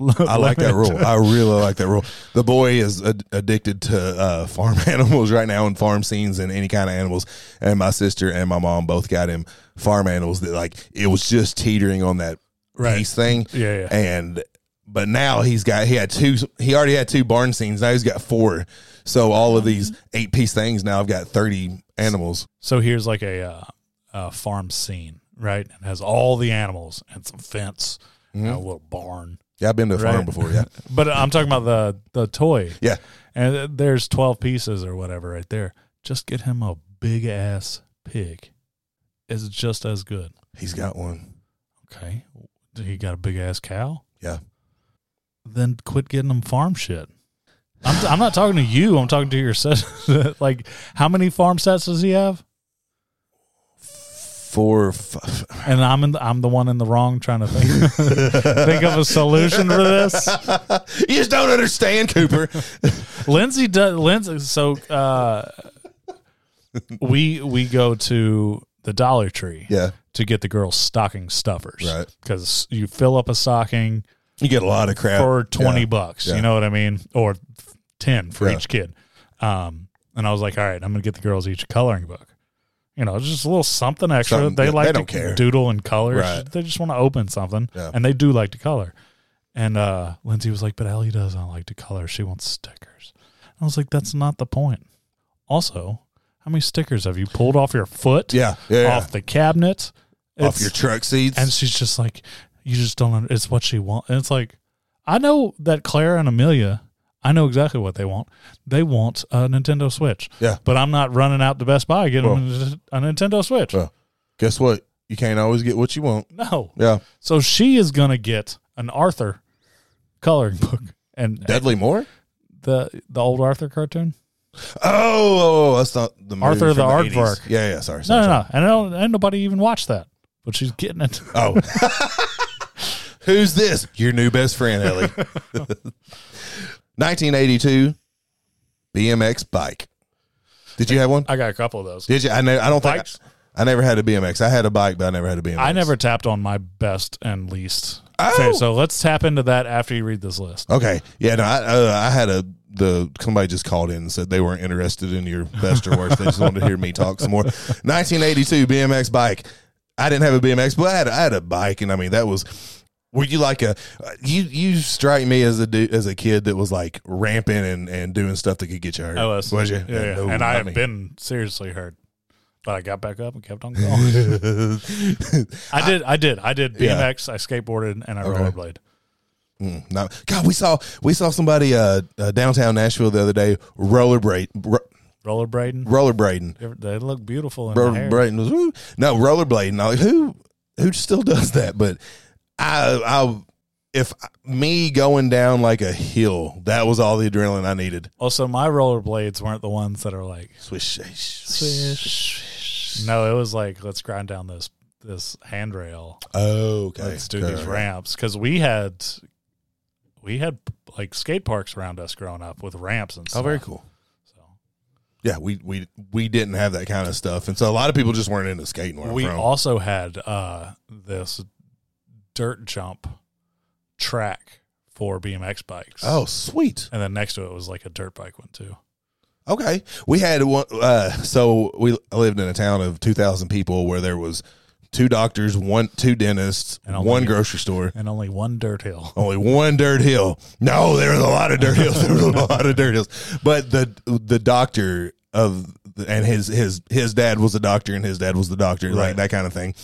I like that rule. I really like that rule. The boy is ad- addicted to uh, farm animals right now and farm scenes and any kind of animals. And my sister and my mom both got him farm animals that like it was just teetering on that Right. piece thing. Yeah, yeah. And but now he's got he had two he already had two barn scenes. Now he's got four. So all of these eight piece things now I've got thirty animals. so here's like a, uh, a farm scene right it has all the animals and some fence and a little barn Mm-hmm. Yeah, I've been to a farm Right. before. Yeah, but i'm talking about the the toy yeah. and there's 12 pieces or whatever right there just get him a big ass pig it's just as good He's got one. Okay. He got a big ass cow. Yeah. Then quit getting them farm shit. I'm, I'm not talking to you. I'm talking to your set. like, how many farm sets does he have? Four. or Five. And I'm in the, I'm the one in the wrong trying to think think of a solution for this. you just don't understand, Cooper. Lindsay does Lindsay. So uh, we we go to the Dollar Tree yeah. to get the girls stocking stuffers, Right. Because you fill up a stocking. You get a lot of crap for 20 Yeah. bucks. Yeah. You know what I mean? Or 10 for Yeah. each kid. Um, and I was like, all right, I'm going to get the girls each a coloring book. You know, just a little something extra. Something- they yeah, like they to don't care. doodle and color. Right. They just want to open something. Yeah. And they do like to color. And uh, Lindsay was like, but Ellie doesn't like to color. She wants stickers. I was like, that's not the point. Also, how many stickers have you pulled off your foot? Yeah, yeah, yeah. Off the cabinet? off It's- your truck seats. and she's just like, you just don't. Under- it's what she wants. And it's like, I know that Claire and Amelia. I know exactly what they want. They want a Nintendo Switch. Yeah. But I'm not running out to Best Buy to get them a Nintendo Switch. Well. Guess what? You can't always get what you want. No. Yeah, So she is gonna get an Arthur coloring book and Dudley Moore. the the old Arthur cartoon. Oh, oh, oh, that's not the movie Arthur from the Aardvark. 80s. Yeah, yeah. Sorry. No, sorry, no, no. And I don't, and nobody even watched that. But she's getting it. sorry. Oh, who's this? Your new best friend, Ellie. 1982 BMX bike. Did you have one? I got a couple of those. Did you? I, ne- I don't think. Bikes? I, never had a BMX. I had a bike, but I never had a BMX. I never tapped on my best and least. Oh. Okay, so let's tap into that after you read this list. Okay. Yeah. No. I, uh, I had a the somebody just called in and said they weren't interested in your best or worst. they just wanted to hear me talk some more. 1982 BMX bike. I didn't have a BMX, but I had I had a bike, and I mean that was. Were you like a uh, you you strike me as a du- as a kid that was like ramping and, and doing stuff that could get you hurt? I was. Was you? Yeah. yeah. no, and I not have me. been seriously hurt. But I got back up and kept on going. I did. I did. I did Yeah. BMX. I skateboarded and I Okay. rollerblade. Mm, no. God, we saw we saw somebody uh, uh downtown Nashville the other day rollerblade ro- Rollerblading. rollerblading. They look beautiful in my hair. rollerblading was woo. no rollerblading. Now, who who still does that? But I I if me going down like a hill, that was all the adrenaline I needed. Also, my rollerblades weren't the ones that are like. Swish, swish, Swish. No, it was like let's grind down this this handrail. Okay, Let's do okay. these ramps because we had we had like skate parks around us growing up with ramps and stuff. Oh, very cool. So Yeah, we we we didn't have that kind of stuff, and so a lot of people just weren't into skating. Where we I'm from. also had uh, this dirt jump track for BMX bikes. Oh, sweet. And then next to it was like a dirt bike one too. Okay. We had one. Uh, so we I lived in a town of 2,000 people where there was two doctors, one two dentists, And only- one grocery store. And only one dirt hill. Only one dirt hill. No, there was a lot of dirt hills. There was a lot of dirt hills. But the the doctor of and his his his dad was a doctor and his dad was the doctor, like Right. that kind of thing.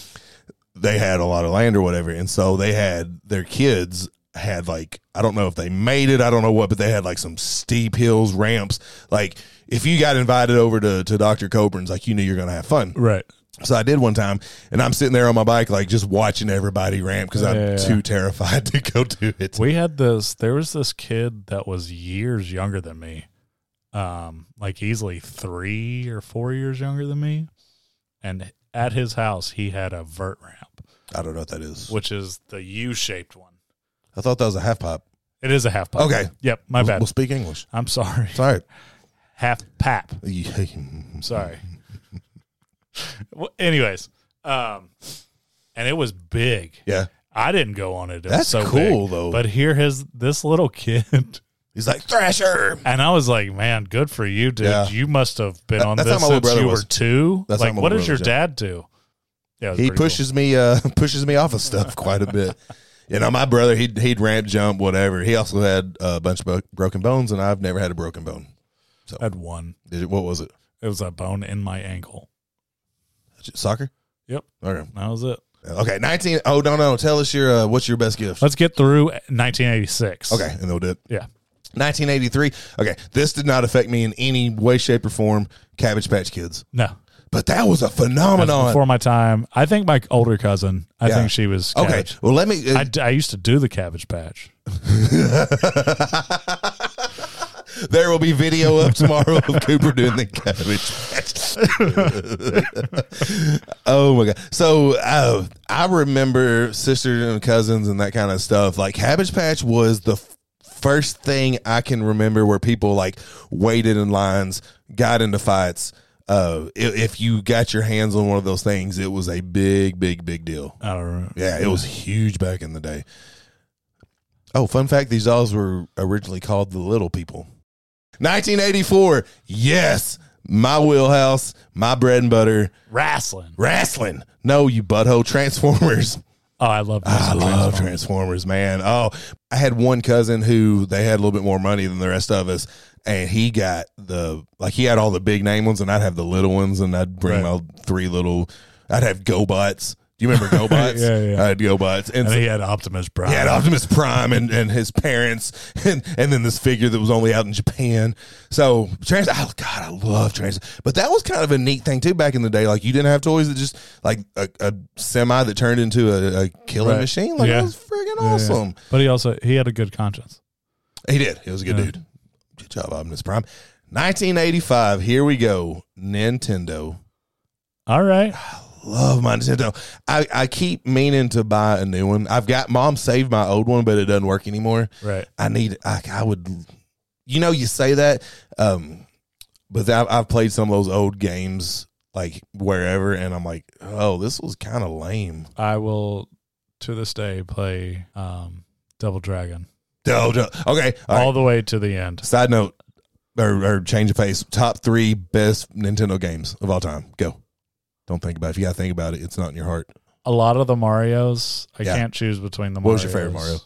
They had a lot of land or whatever, and so they had their kids had like I don't know if they made it, I don't know what, but they had like some steep hills, ramps. Like if you got invited over to to Doctor Coburn's, like you knew you're gonna have fun. Right. So I did one time, and I'm sitting there on my bike, like just watching everybody ramp because I'm Yeah. too terrified to go do it. We had this. There was this kid that was years younger than me, um, like easily three or four years younger than me, and at his house he had a vert ramp, I don't know what that is. which is the U-shaped one. I thought that was a half pop. It is a half pipe. Okay. Yep. My we'll, bad. We'll speak English. I'm sorry. Sorry. Half pap. Yeah. Sorry. well, anyways, um, and it was big. Yeah. I didn't go on it. it was That's so cool, big. though. But here his this little kid. He's like Thrasher. And I was like, man, good for you, dude. Yeah. You must have been That- on that's this how my little since brother you was. were two. That's how like, my what little does your brother was, dad do? Yeah, it was He pretty cool. pushes me. Uh, pushes me off of stuff quite a bit. You know, my brother, he'd he'd ramp, jump, whatever. He also had a bunch of bo- broken bones, and I've never had a broken bone. I had one. Did it, what was it? It was a bone in my ankle. Soccer. Yep, Okay. that was it. Okay. Nineteen. Oh no no. Tell us your uh, what's your best gift? Let's get through 1986. Okay, and they'll do it. Yeah. 1983. Okay, this did not affect me in any way, shape, or form. Cabbage Patch Kids, No. but that was a That's phenomenon. before my time. I think my older cousin, I Yeah. think she was. okay, Cabbage. well let me. uh, I, d- I used to do the cabbage patch. there will be video up tomorrow of Cooper doing the cabbage patch. oh my god! So uh, I remember sisters and cousins and that kind of stuff. Like Cabbage Patch was the f- first thing I can remember where people like waited in lines, got into fights. Uh, i- if you got your hands on one of those things, it was a big, big, big deal. I don't remember. Yeah, it was huge back in the day. Oh, fun fact these dolls were originally called the Little People. 1984. Yes, my wheelhouse, my bread and butter, Wrestling. wrestling. No, you butthole, Transformers. Oh, I love I wrestling love Transformers. Transformers, man. Oh, I had one cousin who they had a little bit more money than the rest of us, and he got the like he had all the big name ones, and I'd have the little ones, and I'd bring Right. my three little. I'd have GoBots. Do you remember GoBots? Yeah, yeah. I had GoBots, and, And so- he had Optimus Prime. yeah, and Optimus Prime and, and his parents, and, and then this figure that was only out in Japan. So trans, oh god, I love trans. But that was kind of a neat thing too back in the day. Like you didn't have toys that just like a, a semi that turned into a, a killing Right. machine. Like Yeah. that was freaking Yeah, yeah. awesome. But he also he had a good conscience. He did. He was a good Yeah. dude. Good job, Optimus Prime. 1985. Here we go. Nintendo. All right. Love my Nintendo. I, I keep meaning to buy a new one. I've got mom saved my old one, but it doesn't work anymore. Right. I need. I, I would. You know, you say that, um, but I've, I've played some of those old games like wherever, and I'm like, oh, this was kind of lame. I will to this day play um Double Dragon No, no. Oh, Okay. All right. all the way to the end. Side note, or, or change of pace. Top three best Nintendo games of all time. Go. Don't think about it. If you gotta think about it, it's not in your heart. A lot of the Marios, I Yeah. can't choose between the Marios. What was your favorite Mario?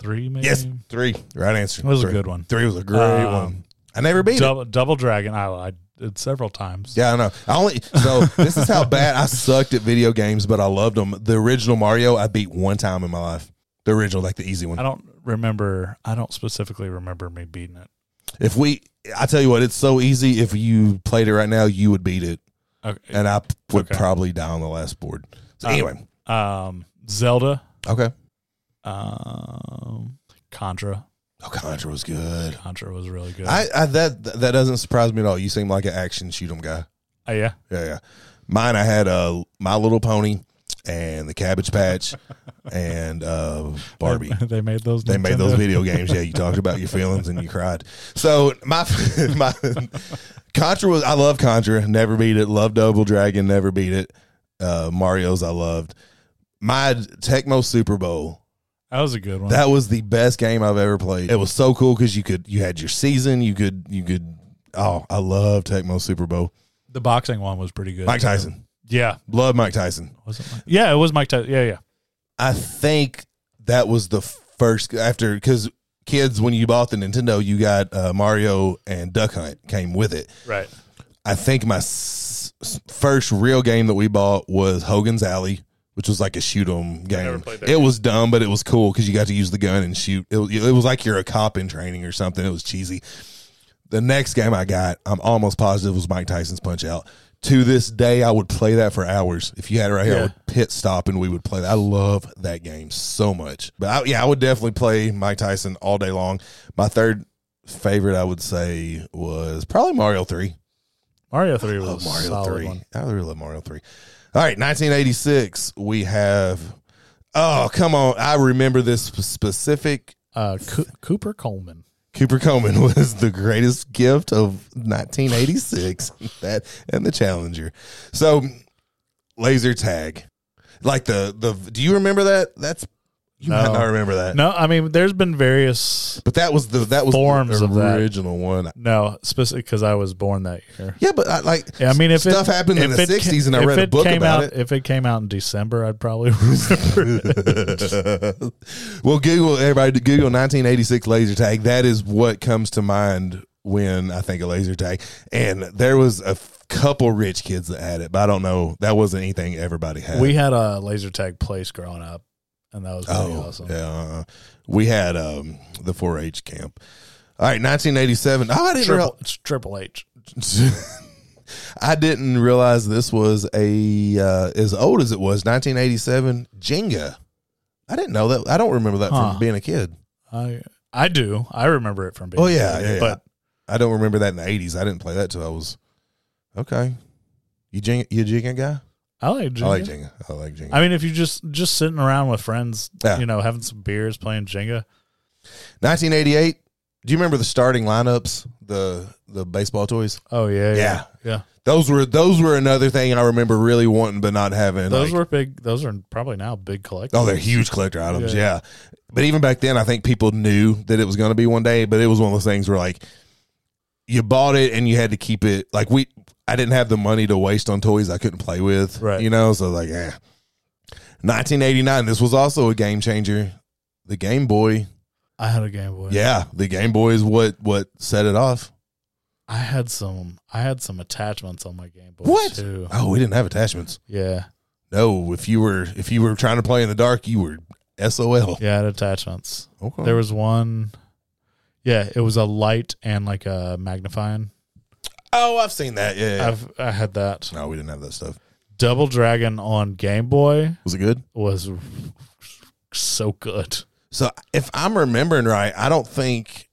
Three maybe? Yes, three. Right answer. It was three. a good one. Three was a great Um, one. I never beat it. Double, Double Dragon. I, I did several times. Yeah, I know. I only so this is how bad I sucked at video games, but I loved them. The original Mario, I beat one time in my life. The original, like the easy one. I don't remember. I don't specifically remember me beating it. If we, I tell you what, it's so easy. If you played it right now, you would beat it, Okay. and I p- would Okay. probably die on the last board. So Um, anyway, um, Zelda, okay. um, Contra. Oh, Contra was good. Contra was really good. I, I that that doesn't surprise me at all. You seem like an action shoot 'em guy. Uh, yeah, Yeah, yeah. Mine, I had uh, My Little Pony and the Cabbage Patch and uh, Barbie. They, they made those. They made those Nintendo- video games. Yeah, you talked about your feelings and you cried. So my my Contra was I love Contra. Never beat it. Love Double Dragon. Never beat it. Uh, Mario's I loved. My Tecmo Super Bowl That was a good one. That was the best game I've ever played. It was so cool because you could you had your season. You could you could. Oh, I love Tecmo Super Bowl. the boxing one was pretty good. Mike too. Tyson. Yeah. Love Mike Tyson. Was it Mike? Yeah, it was Mike Tyson. Yeah, yeah. I think that was the first after because kids when you bought the Nintendo, you got uh, Mario and Duck Hunt came with it. Right. I think my s- s- first real game that we bought was Hogan's Alley, which was like a shoot 'em game. never played that it was dumb, but it was cool because you got to use the gun and shoot. It, was- it was like you're a cop in training or something. It was cheesy. The next game I got, I'm almost positive was Mike Tyson's Punch Out. To this day, I would play that for hours. If you had it right here, I Yeah. would pit stop and we would play that. I love that game so much. But I, yeah, I would definitely play Mike Tyson all day long. My third favorite, I would say, was probably Mario 3. Mario three I love was Mario a solid 3. one. I really love Mario 3. All right, 1986, we have. Oh, come on. I remember this sp- specific. Uh, Co- Cooper Coleman. Cooper Coleman was the greatest gift of 1986. that and the Challenger. So, laser tag. Like the the do you remember that? That's you might No. not remember that. No, I mean there's been various. But that was the that was Forms the of that. original one. No, specifically because I was born that year. Yeah, but I, like Yeah, I mean if stuff it, happened in if the it ca- 60s and I if read a it book came about out, it. If it came out in December, I'd probably remember it. well, Google everybody Google 1986 laser tag. That is what comes to mind when I think of laser tag. And there was a f- couple rich kids that had it, but I don't know. That wasn't anything everybody had. We had a laser tag place growing up, and that was pretty oh awesome. yeah, uh, we had um, the 4-H camp. All right, 1987. Oh, I didn't real- Triple, it's Triple H. I didn't realize this was a uh, as old as it was 1987 Jenga. I didn't know that. I don't remember that Huh. from being a kid. I I do. I remember it from being. Oh yeah, yeah, yeah. But I don't remember that in the 80s. I didn't play that till I was okay. You Jenga, you a Jenga guy? I like. Jenga. I like Jenga. I like Jenga. I mean, if you just just sitting around with friends, Yeah. you know, having some beers, playing Jenga. 1988. Do you remember the starting lineups? The the baseball toys. Oh Yeah. yeah, yeah, yeah. Those were those were another thing I remember really wanting but not having. Those like- were big. Those are probably now big collectors. Oh, they're huge collector items. Yeah. Yeah. But even back then, I think people knew that it was going to be one day, but it was one of those things where like you bought it and you had to keep it. Like we, I didn't have the money to waste on toys I couldn't play with. Right. You know, so like, eh. 1989, this was also a game changer. The Game Boy. I had a Game Boy. Yeah. The Game Boy is what, what set it off. I had some. I had some attachments on my Game Boy. What? Too. Oh, we didn't have attachments. Yeah, No, if you were, if you were trying to play in the dark, you were SOL. yeah, I had attachments. Okay. There was one. Yeah, it was a light and like a magnifying. oh, I've seen that. Yeah. yeah. I've I had that. no, we didn't have that stuff. Double Dragon on Game Boy Was it good? was so good. So if I'm remembering right, I don't think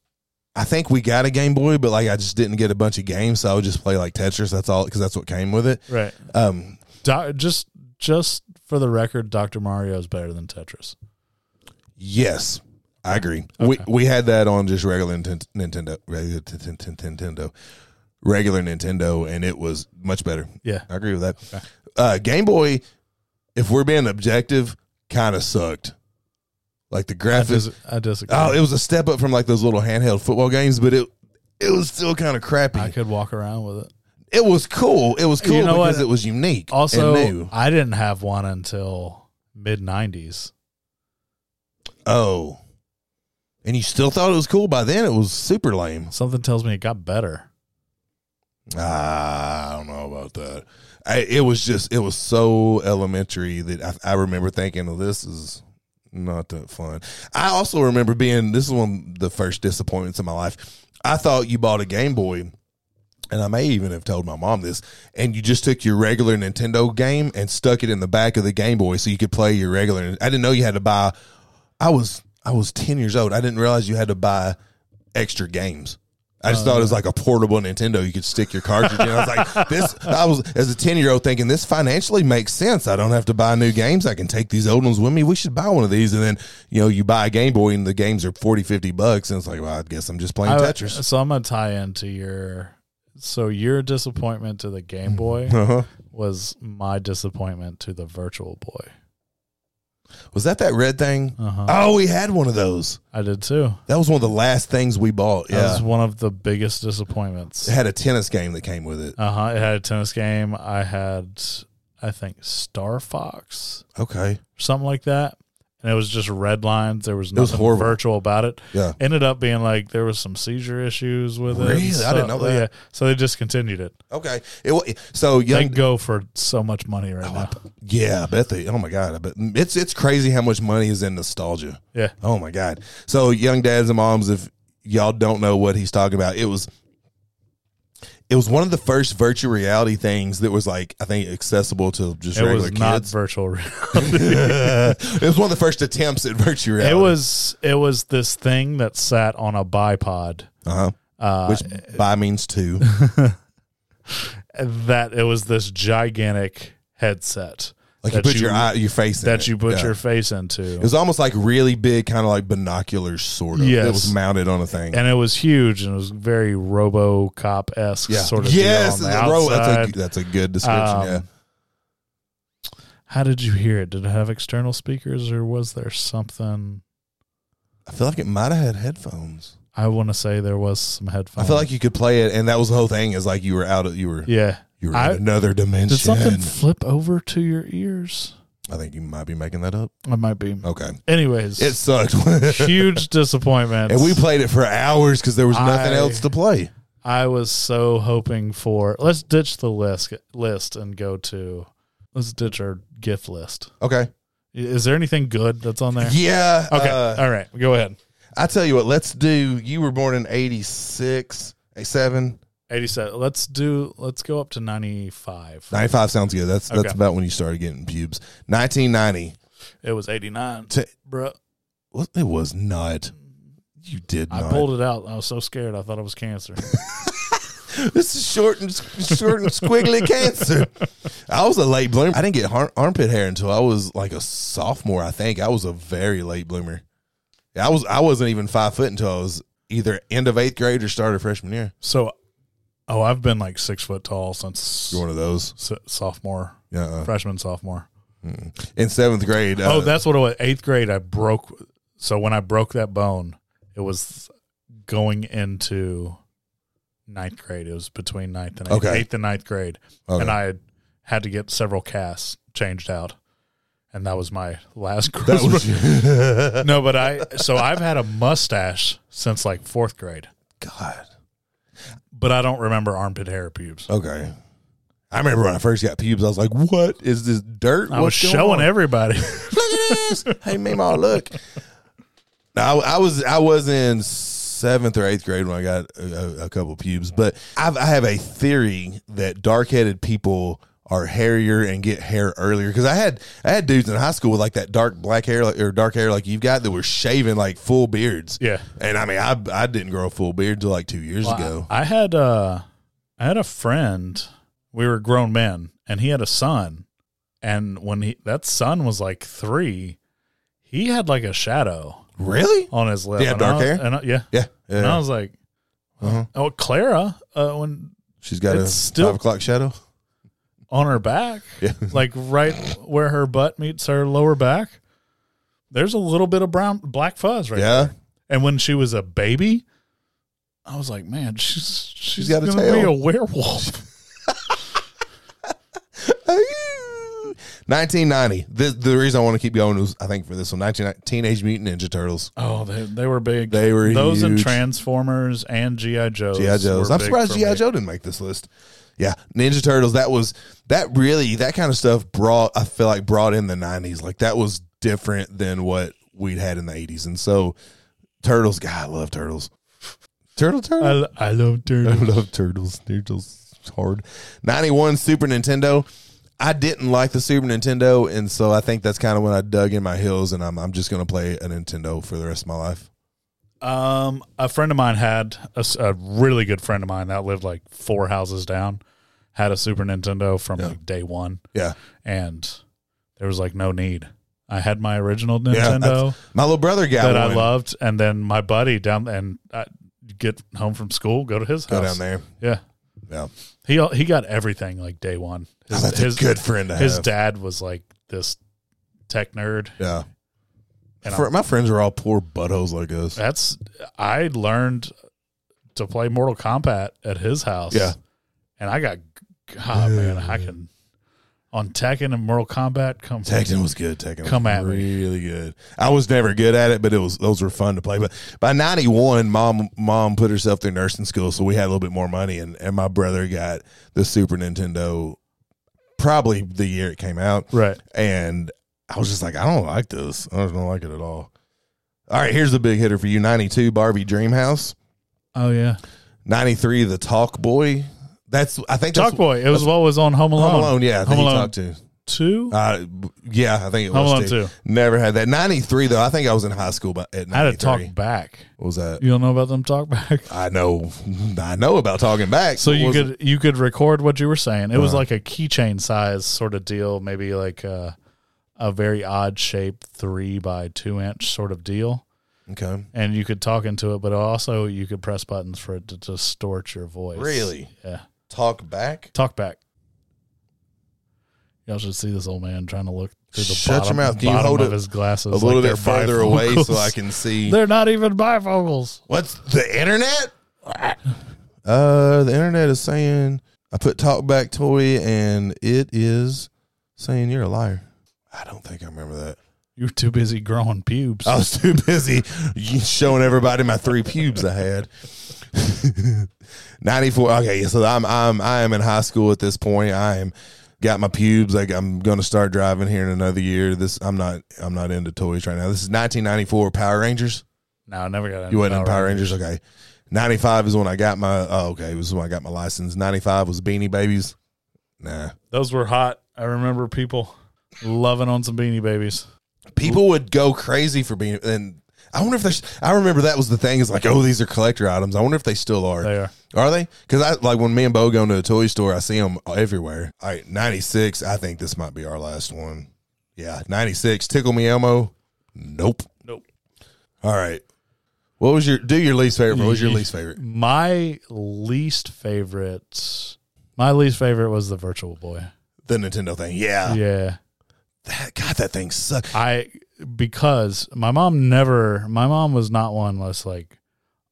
I think we got a Game Boy, but like I just didn't get a bunch of games, so I would just play like Tetris. That's all because that's what came with it. Right. Um, Do- just just for the record, Doctor Mario is better than Tetris. yes, I agree. We we had that on just regular Ninten- Nintendo, regular t- t- t- Nintendo, regular Nintendo, and it was much better. Yeah. I agree with that. Uh, Game Boy, if we're being objective, kind of sucked. Like the I, graphics, dis- I disagree. oh, it was a step up from like those little handheld football games, but it it was still kind of crappy. I could walk around with it. It was cool. It was cool You know because what? it was unique. and Also, new. I didn't have one until mid '90s. oh, and you still thought it was cool by then. It was super lame. Something tells me it got better. Ah, I don't know about that. I, it was just it was so elementary that I, I remember thinking, "Oh, this is not that fun." I also remember being this is one of the first disappointments in my life. I thought you bought a Game Boy, and I may even have told my mom this, and you just took your regular Nintendo game and stuck it in the back of the Game Boy so you could play your regular. I didn't know you had to buy. I was I was ten years old. I didn't realize you had to buy extra games. I just thought it was like a portable Nintendo you could stick your cartridge in. I was like, this. I was as a ten year old thinking this financially makes sense. I don't have to buy new games. I can take these old ones with me. We should buy one of these, and then you know you buy a Game Boy and the games are 40, 50 bucks, and it's like, well, I guess I'm just playing I- Tetris. so I'm gonna tie into your. So your disappointment to the Mm-hmm. Game Boy Uh-huh. was my disappointment to the Virtual Boy. Was that that red thing? Uh-huh. Oh, we had one of those. I did too. That was one of the last things we bought. That Yeah. was one of the biggest disappointments. It had a tennis game that came with it. Uh huh. It had a tennis game. I had, I think, Star Fox, Okay. something like that. And it was just red lines. There was It was nothing horrible. virtual about it. Yeah. Ended up being like there was some seizure issues with it. and Really? I didn't stuff. know that. Yeah. So they discontinued it. Okay. It wa- so They young. go for so much money Oh, right now. yeah, I bet they. Oh my god, I bet it's it's crazy how much money is in nostalgia. Yeah. Oh my god. So young dads and moms, if y'all don't know what he's talking about, it was it was one of the first virtual reality things that was like I think accessible to just It regular was not kids. virtual reality. it was one of the first attempts at virtual It reality. was it was this thing that sat on a bipod. uh-huh. Uh, which by means two. that it was this gigantic headset Like you That put your you- eye, your face in that it. you put Yeah. your face into. It was almost like really big, kind of like binoculars, sort of. Yes. It was mounted on a thing. and it was huge and it was very RoboCop esque yeah. sort of yes, deal on it's the a row- outside. that's, a, that's a good description. Um, yeah. How did you hear it? Did it have external speakers or was there something? I feel like it might have had headphones. I want to say there was some I headphones. feel like you could play it, and that was the whole thing. Is like you were out of you were Oh. yeah. you were I- in another dimension. Did something flip over to your ears? I think you might be making that up. I might be. Okay, Anyways, it it's sucked, huge disappointment. and we played it for hours because there was nothing I- else to play. I was so hoping for. Let's ditch the list list and go to. Let's ditch our gift list. Okay, Is there anything good that's on there? yeah. Okay. uh, All right. Go ahead. I tell you what, let's do. You were born in 86, 87. 87. Let's do. Let's go up to 95. 95 sounds good. That's Okay. that's about when you started getting pubes. 1990. It was 89. T- Bruh. well, it was not. You did I not. pulled it out. I was so scared. I thought it was cancer. This is short and short and squiggly cancer. I was a late bloomer. I didn't get har- armpit hair until I was like a sophomore. I think I was a very late bloomer. I was I wasn't even five foot until I was either end of eighth grade or start of freshman year. so, oh, I've been like six foot tall since You're one of those. s- sophomore, Uh-uh. freshman, sophomore. In seventh grade. Uh, oh, that's what it was. Eighth grade, I broke. So when I broke that bone, it was going into ninth grade. It was between ninth and eighth, Okay. eighth and ninth grade, Okay. and I had, had to get several casts changed out, and that was my last. that Christmas. was. no, but I. So I've had a mustache since like fourth grade, God. but I don't remember armpit hair or pubes. Okay. I remember when I first got pubes, I was like, "What is this dirt?" I was What's going showing on? everybody. Look at this. hey, Mima, look. No, I, I was I was in seventh or eighth grade when I got a, a- a couple pubes, but I've, I have a theory that dark headed people are hairier and get hair earlier because I had I had dudes in high school with like that dark black hair like, or dark hair like you've got that were shaving like full beards. Yeah. and I mean I I didn't grow a full beard until like two years ago. I had uh I had a friend. We were grown men, and he had a son. And when he that son was like three, he had like a shadow really? on his lip. He had And I dark was- hair? And I, yeah. Yeah, yeah. and I was like, Uh-huh. oh, Clara, uh, when She's got a It's still- five o'clock shadow. on her back, Yeah. like right where her butt meets her lower back, there's a little bit of brown black fuzz right Yeah. there. And when she was a baby, I was like, man, she's she's, got a gonna be tail. a werewolf. 1990. The, the reason I want to keep going is I think for this one, 19, Teenage Mutant Ninja Turtles. Oh, they, they were big. They were those and huge. Transformers and GI Joes. GI Joes. were I'm big surprised for GI me. Joe didn't make this list. Yeah, Ninja Turtles. That was that really that kind of stuff brought. I feel like brought in the 90s. Like that was different than what we'd had in the 80s. And so Turtles. God, I love Turtles. Turtle Turtle. I, I love I turtles. love turtles. Turtles is hard. Ninety one Super Nintendo. I didn't like the Super Nintendo, and so I think that's kind of when I dug in my heels, and I'm I'm just gonna play a Nintendo for the rest of my life. Um, a friend of mine had a, s- a really good friend of mine that lived like four houses down, had a Super Nintendo from Yeah. like day one, Yeah, and there was like no need. I had my original Yeah, Nintendo my little brother got that I one. loved, and then my buddy down and I get home from school, go to his Go house. down there. Yeah, Yeah, he he got everything like day one. Oh, that's a good friend to his have. dad was like this tech nerd. Yeah. And Fr- I'm- my friends are all poor buttholes like us. That's I learned to play Mortal Kombat at his house. Yeah. and I got God, man, I can on Tekken and Mortal Kombat. Come Tekken was good. Tekken was Come at me. really good. I was never good at it, but it was those were fun to play. But by ninety one, mom mom put herself through nursing school, so we had a little bit more money, and and my brother got the Super Nintendo, probably the year it came out, right. and I was just like, I don't like this. I don't like it at all. All right, here's the big hitter for you: ninety two Barbie Dreamhouse, Oh yeah, ninety three The Talk Boy. That's I think that's Talk Boy. It was what was on Home Alone. Home Alone. Yeah, I think Home he Alone talked to. Two. Uh, yeah, I think it Home was Alone too. two. Never had that. Ninety three though. I think I was in high school, but at I had to ninety talk three, back. what was that? You don't know about them talk back. I know, I know about talking back. So What you was could it? you could record what you were saying. It was Uh-huh. like a keychain size sort of deal, maybe like a, a very odd shape three by two inch sort of deal. okay. and you could talk into it, but also you could press buttons for it to distort your voice. Really? Yeah. talk back. Talk back. Y'all should see this old man trying to look through the Shut bottom, your mouth. Can you bottom hold of it his glasses A little like they're bit further away so bifocals. I can see. They're not even bifocals. What's the internet? uh, the internet is saying I put talk back toy, and it is saying you're a liar. I don't think I remember that. You're too busy growing pubes. I was too busy showing everybody my three pubes I had. Ninety four. Okay, so I'm I'm I am in high school at this point. I am got my pubes. Like I'm going to start driving here in another year. This I'm not I'm not into toys right now. This is 1994 Power Rangers. no, I never got into You wasn't in Power Power Rangers. Rangers, okay? Ninety five is when I got my. Oh, okay, this is when I got my license. Ninety five was Beanie Babies. Nah, Those were hot. I remember people loving on some Beanie Babies. people would go crazy for Beanie. And I wonder if there's. I remember that was the thing. Is like, oh, these are collector items. I wonder if they still are. They are. Are they? Because I like when me and Bo go into a toy store, I see them everywhere. All right, ninety six. I think this might be our last one. Yeah, ninety six. Tickle Me Elmo. Nope. Nope. All right. What was your do your least favorite? What was your Ye- least favorite? My least favorite. My least favorite was the Virtual Boy. The Nintendo thing. Yeah. yeah. That, God, that thing sucks. I because my mom never my mom was not one less like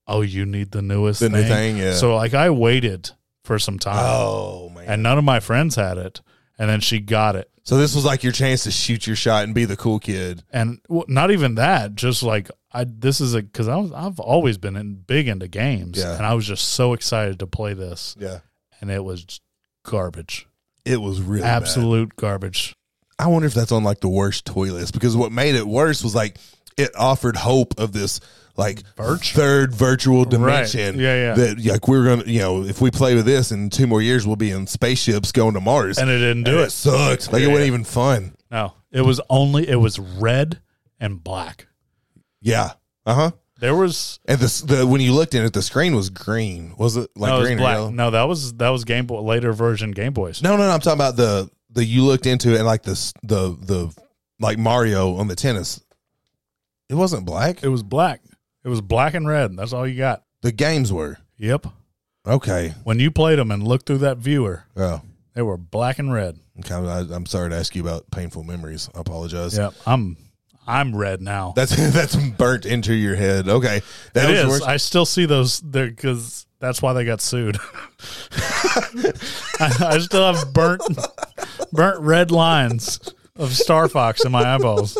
oh you need the newest The thing. new thing, yeah. So like I waited for some time oh man. and none of my friends had it and then she got it. so this was like your chance to shoot your shot and be the cool kid. And well, not even that, just like I this is a cuz I was, I've always been in, big into games Yeah. and I was just so excited to play this Yeah. and it was garbage. It was really bad. Absolute garbage. I wonder if that's on like the worst toy list because what made it worse was like it offered hope of this like Virtual? third virtual dimension. Yeah, yeah. That like we're gonna you know if we play with this in two more years we'll be in spaceships going to Mars. And it didn't do And it. sucked. Like it Yeah, wasn't yeah. even fun. No. It was only it was red and black. Yeah. Uh huh. There was And the, s- the when you looked in it, the screen was green. Was it like no, it was green or black. yellow? No, that was that was Game Boy later version Game Boys. No, no, no. I'm talking about the the you looked into it and like the s- the the like Mario on the tennis. It wasn't black. It was black. It was black and red. That's all you got. The games were Yep. okay. When you played them and looked through that viewer, Oh, they were black and red. okay. I, I'm sorry to ask you about painful memories. I apologize. Yep. I'm I'm red now. That's that's burnt into your head. Okay, that it was is. worse. I still see those there because that's why they got sued. I, I still have burnt burnt red lines of Star Fox in my eyeballs.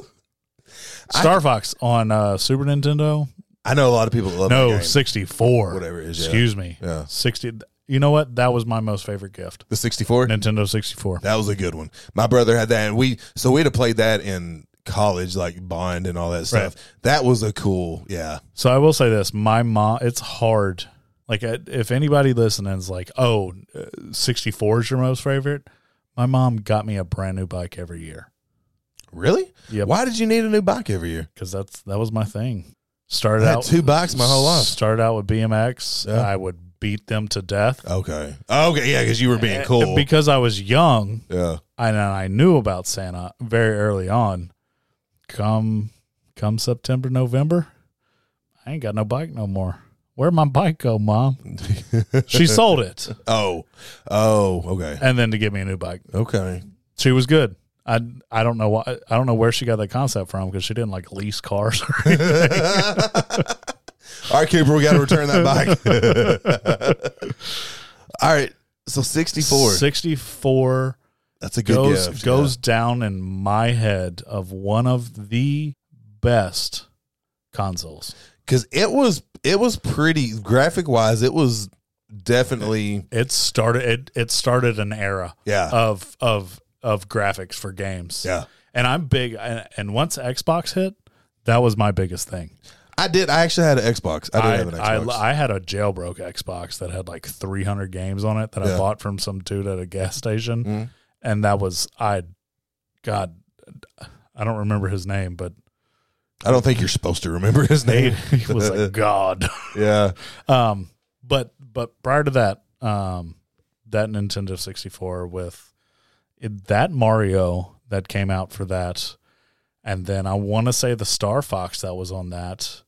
Star Fox on uh, Super Nintendo I know a lot of people that love that No, game. sixty four. Whatever it is, yeah. Excuse me. Yeah. Sixty. You know what? That was my most favorite gift. the 64. Nintendo sixty four. That was a good one. My brother had that, and we so we'd have played that in college, like Bond and all that stuff. That was a cool. Yeah, So I will say this: my mom. It's hard. Like I- if anybody listening is like, "Oh, sixty four is your most favorite," my mom got me a brand new bike every year really. Yep. Why did you need a new bike every year? because that's that was my thing. Started I had out two bikes my whole life. Started out with BMX. Yeah. I would beat them to death. Okay. Okay. Yeah, because you were being cool. Uh, because I was young. yeah. and I knew about Santa very early on. Come come September, November, I ain't got no bike no more. Where'd my bike go, Mom? she sold it. Oh. Oh. Okay. And then to get me a new bike. Okay. She was good. I I don't know why I don't know where she got that concept from because she didn't like lease cars. All right, Cooper, we got to return that back. All right, so sixty-four. Sixty four That's a good goes gift, goes down in my head of one of the best consoles. because it was it was pretty graphic wise. It was definitely It started it it started an era yeah of of of graphics for games. yeah. and I'm big. And, and once Xbox hit, that was my biggest thing. I did. I actually had an Xbox. I did have an I, Xbox. I had a jailbroke Xbox that had like 300 games on it that Yeah. I bought from some dude at a gas station, Mhm. and that was I. God, I don't remember his name, but I don't think you're supposed to remember his he, name. he was like God. yeah, Um, but but prior to that, um, that Nintendo 64 with it, that Mario that came out for that, and then I want to say the Star Fox that was on that,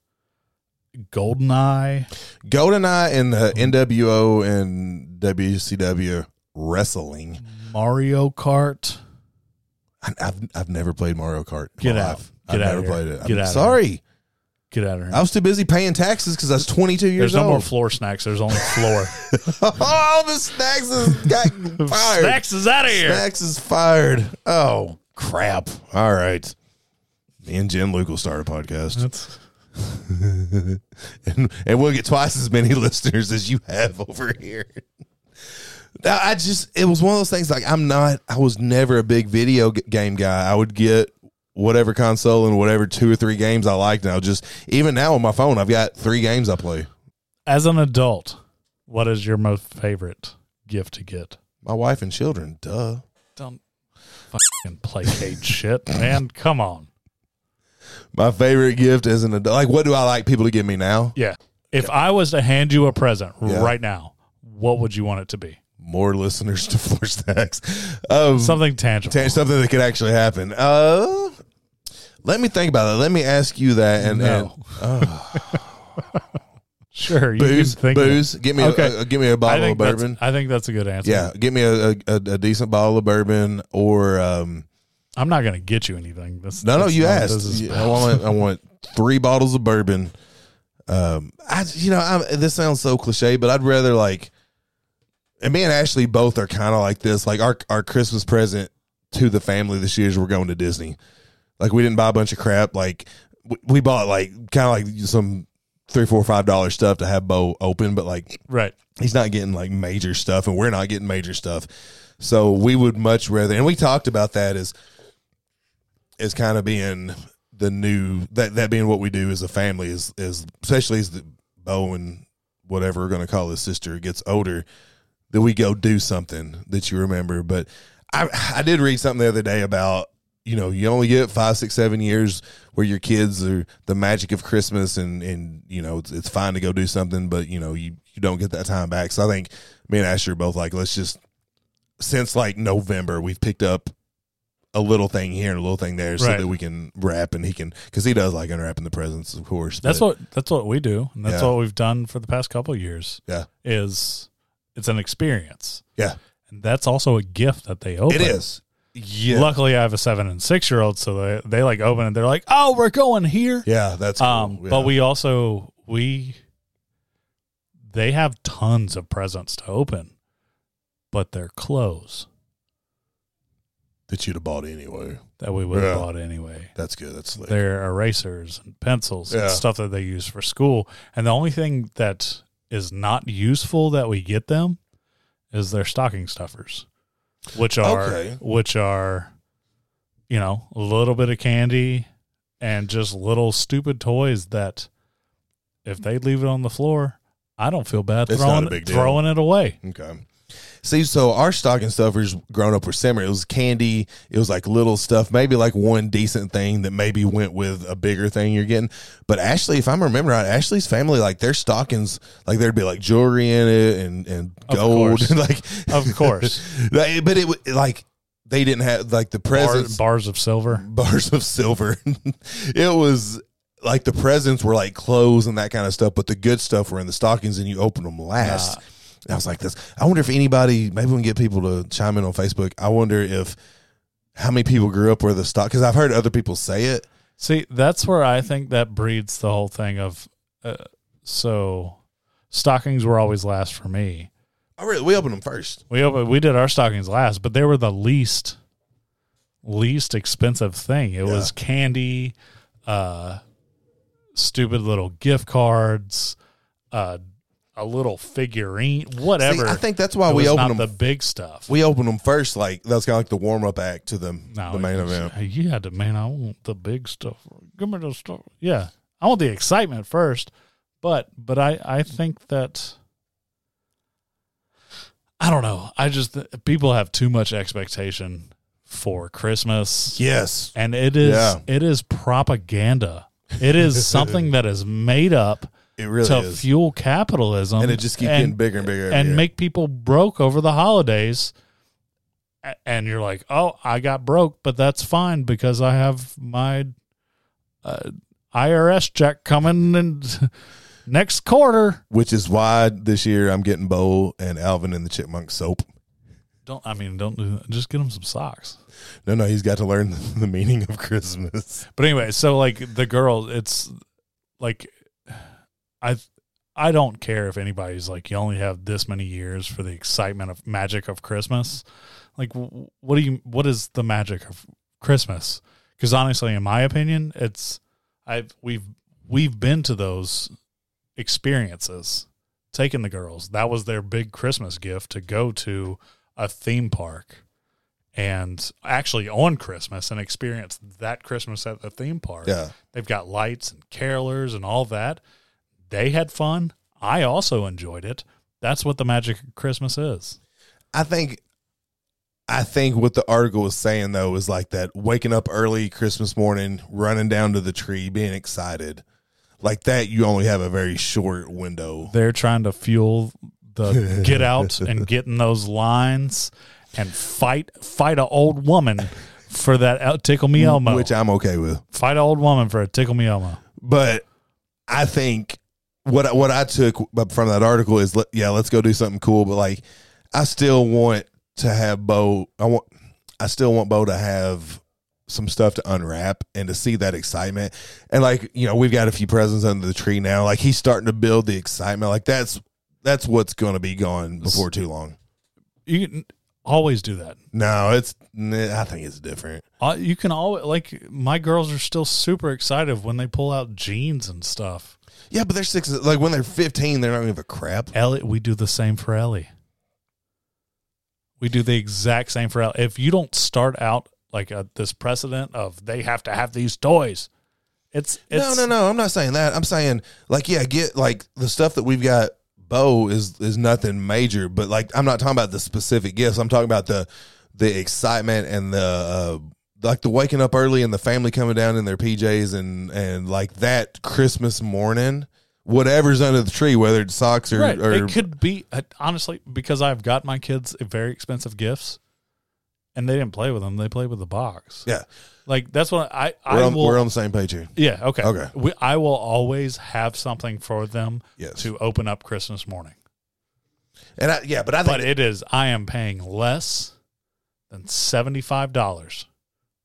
GoldenEye. GoldenEye and the NWO and WCW wrestling. Mario Kart. I, I've I've never played Mario Kart. in Get my out. life. I've Get out never of here. played it. I'm Get out of here. sorry, Get out of here. I was too busy paying taxes because I was 22 years There's no more old. floor snacks. There's only floor. oh, the snacks is got fired. snacks is out of here. Snacks is fired. Oh crap! All right, me and Jim Luke will start a podcast. That's- and, and we'll get twice as many listeners as you have over here. Now, I just it was one of those things like I'm not I was never a big video g- game guy. I would get whatever console and whatever two or three games I liked and I'll just even now on my phone I've got three games I play. As an adult, what is your most favorite gift to get? My wife and children, duh. Don't fucking placate shit, man. Come on. My favorite gift as an adult like what do I like people to give me now? Yeah. If I was to hand you a present Yeah. right now, what would you want it to be? More listeners to Floor Stacks. Um, Something tangible. ta- something that could actually happen. Uh let me think about it. Let me ask you that and, and uh, no. sure. You booze, can think of it. booze. Get me Okay. a, a- give me a I bottle of think, that's, bourbon. I think that's a good answer. Yeah, get me a, a, a a decent bottle of bourbon or um. I'm not going to get you anything. That's, No, no, that's you not what asked. this is You- I about. want I want three bottles of bourbon. Um, I you know I, this sounds so cliche, but I'd rather like, and me and Ashley both are kind of like this. Like our our Christmas present to the family this year is we're going to Disney. Like we didn't buy a bunch of crap. Like we, we bought like kind of like some three, four, five dollar stuff to have Bo open, but like Right. he's not getting like major stuff and we're not getting major stuff so we would much rather and we talked about that as as kind of being the new that that being what we do as a family is is especially as the bo and whatever we're going to call his sister gets older that we go do something that you remember but i i did read something the other day about you know you only get five six seven years where your kids are the magic of christmas and and you know it's, it's fine to go do something but you know you you don't get that time back so i think me and asher are both like let's just since like november we've picked up a little thing here and a little thing there so Right. that we can wrap and he can because he does like unwrapping the presents of course That's but- what that's what we do, and that's Yeah. what we've done for the past couple of years. Yeah. is it's an experience, yeah and that's also a gift that they open. it is yeah Luckily, I have a seven and six year old, so they they like open and they're like, "Oh, we're going here." yeah that's um, cool. but Yeah. we also we they have tons of presents to open, but they're clothes that you'd have bought anyway that we would have Yeah. bought anyway. that's good that's slick. their erasers and pencils Yeah. and stuff that they use for school. And the only thing that is not useful that we get them is their stocking stuffers, which are Okay. which are you know a little bit of candy and just little stupid toys that if they leave it on the floor, I don't feel bad It's not throwing a big deal. throwing it away. Okay. See, so our stocking stuffers growing up were similar. It was candy. It was like little stuff, maybe like one decent thing that maybe went with a bigger thing you're getting. But Ashley, if I'm remembering right, Ashley's family, like their stockings, like there'd be like jewelry in it and, and Of gold. course. like, Of course, Like, but it wa- like they didn't have like the Bar, presents, bars of silver. bars of silver. it was like the presents were like clothes and that kind of stuff, but the good stuff were in the stockings and you open them last. Nah. I was like, this. I wonder if anybody, maybe we can get people to chime in on Facebook. I wonder if how many people grew up where the stock? Because I've heard other people say it. See, that's where I think that breeds the whole thing of uh, so stockings were always last for me. I really, we opened them first. We opened, we did our stockings last, but they were the least least expensive thing. It was candy, uh stupid little gift cards, uh a little figurine, whatever. See, I think that's why It we was opened them. not the big stuff. we opened them first. Like that was kind of like the warm up act to the the main you- event. You had to, man. I want the big stuff. Give me the stuff. Yeah, I want the excitement first. But but I I think that I don't know. I just people have too much expectation for Christmas. Yes, and it is Yeah. it is propaganda. It is something that is made up it really to is, fuel capitalism, and it just keeps um, and- getting bigger and bigger. every and year. make people broke over the holidays. A- And you're like, oh, I got broke, but that's fine because I have my uh, IRS check coming in next quarter. which is why this year I'm getting Bo and Alvin and the Chipmunk soap. Don't I mean? Don't do that. Just get them some socks. No, no, he's got to learn the, the meaning of Christmas. But anyway, so like the girl, it's like I I don't care if anybody's like you only have this many years for the excitement of magic of Christmas. Like wh- what do you what is the magic of Christmas? Cuz honestly in my opinion, it's I've we've we've been to those experiences. Taking the girls, that was their big Christmas gift to go to a theme park and actually on Christmas and experience that Christmas at the theme park. Yeah. They've got lights and carolers and all that. They had fun. I also enjoyed it. That's what the magic of Christmas is. I think I think what the article was saying though is like that waking up early Christmas morning, running down to the tree, being excited. Like that you only have a very short window. They're trying to fuel the get out and get in those lines and fight fight a old woman for that out tickle me Elmo. Which I'm okay with. fight a old woman for a tickle me Elmo. But I think what I- what I took from that article is let- yeah, let's go do something cool, but like I still want to have Bo I want I still want Bo to have some stuff to unwrap and to see that excitement. And like, you know, we've got a few presents under the tree now. Like he's starting to build the excitement. Like that's that's what's going to be gone before too long. You can always do that. No, it's I think it's different. Uh, you can always like my girls are still super excited when they pull out jeans and stuff. Yeah, but they're six. Like when they're fifteen, they're not gonna give a crap. Ellie, we do the same for Ellie. We do the exact same for Ellie. If you don't start out like uh this precedent of they have to have these toys, it's it's no, no, no. I'm not saying that. I'm saying like, yeah, get like the stuff that we've got. Bo is is nothing major, but like I'm not talking about the specific gifts. I'm talking about the the excitement and the uh, like the waking up early and the family coming down in their PJs and and like that Christmas morning, whatever's under the tree, whether it's socks or, right. or it could be uh, honestly because I've got my kids very expensive gifts, and they didn't play with them. They played with the box. yeah, Like that's what I I we're on, will. we're on the same page here. Yeah. Okay. Okay. We, I will always have something for them Yes. to open up Christmas morning. And I, yeah, but I think But it is. I am paying less than seventy five dollars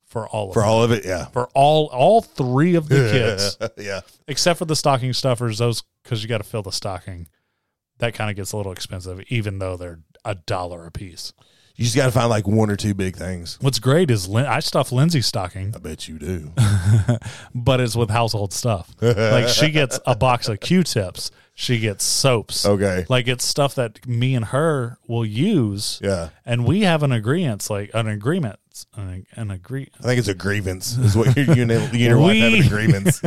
for all of for them. all of it, yeah, for all all three of the kids yeah, except for the stocking stuffers. Those because you got to fill the stocking. That kind of gets a little expensive, even though they're a dollar a piece. you just got to find like one or two big things. What's great is Lin- I stuff Lindsay's stocking, I bet you do. but it's with household stuff. like she gets a box of Q-tips, she gets soaps. Okay. like it's stuff that me and her will use Yeah. and we have an agreement like an agreement an, an agree I think it's a grievance, is what you, you, and, you and your wife have an We- agreement.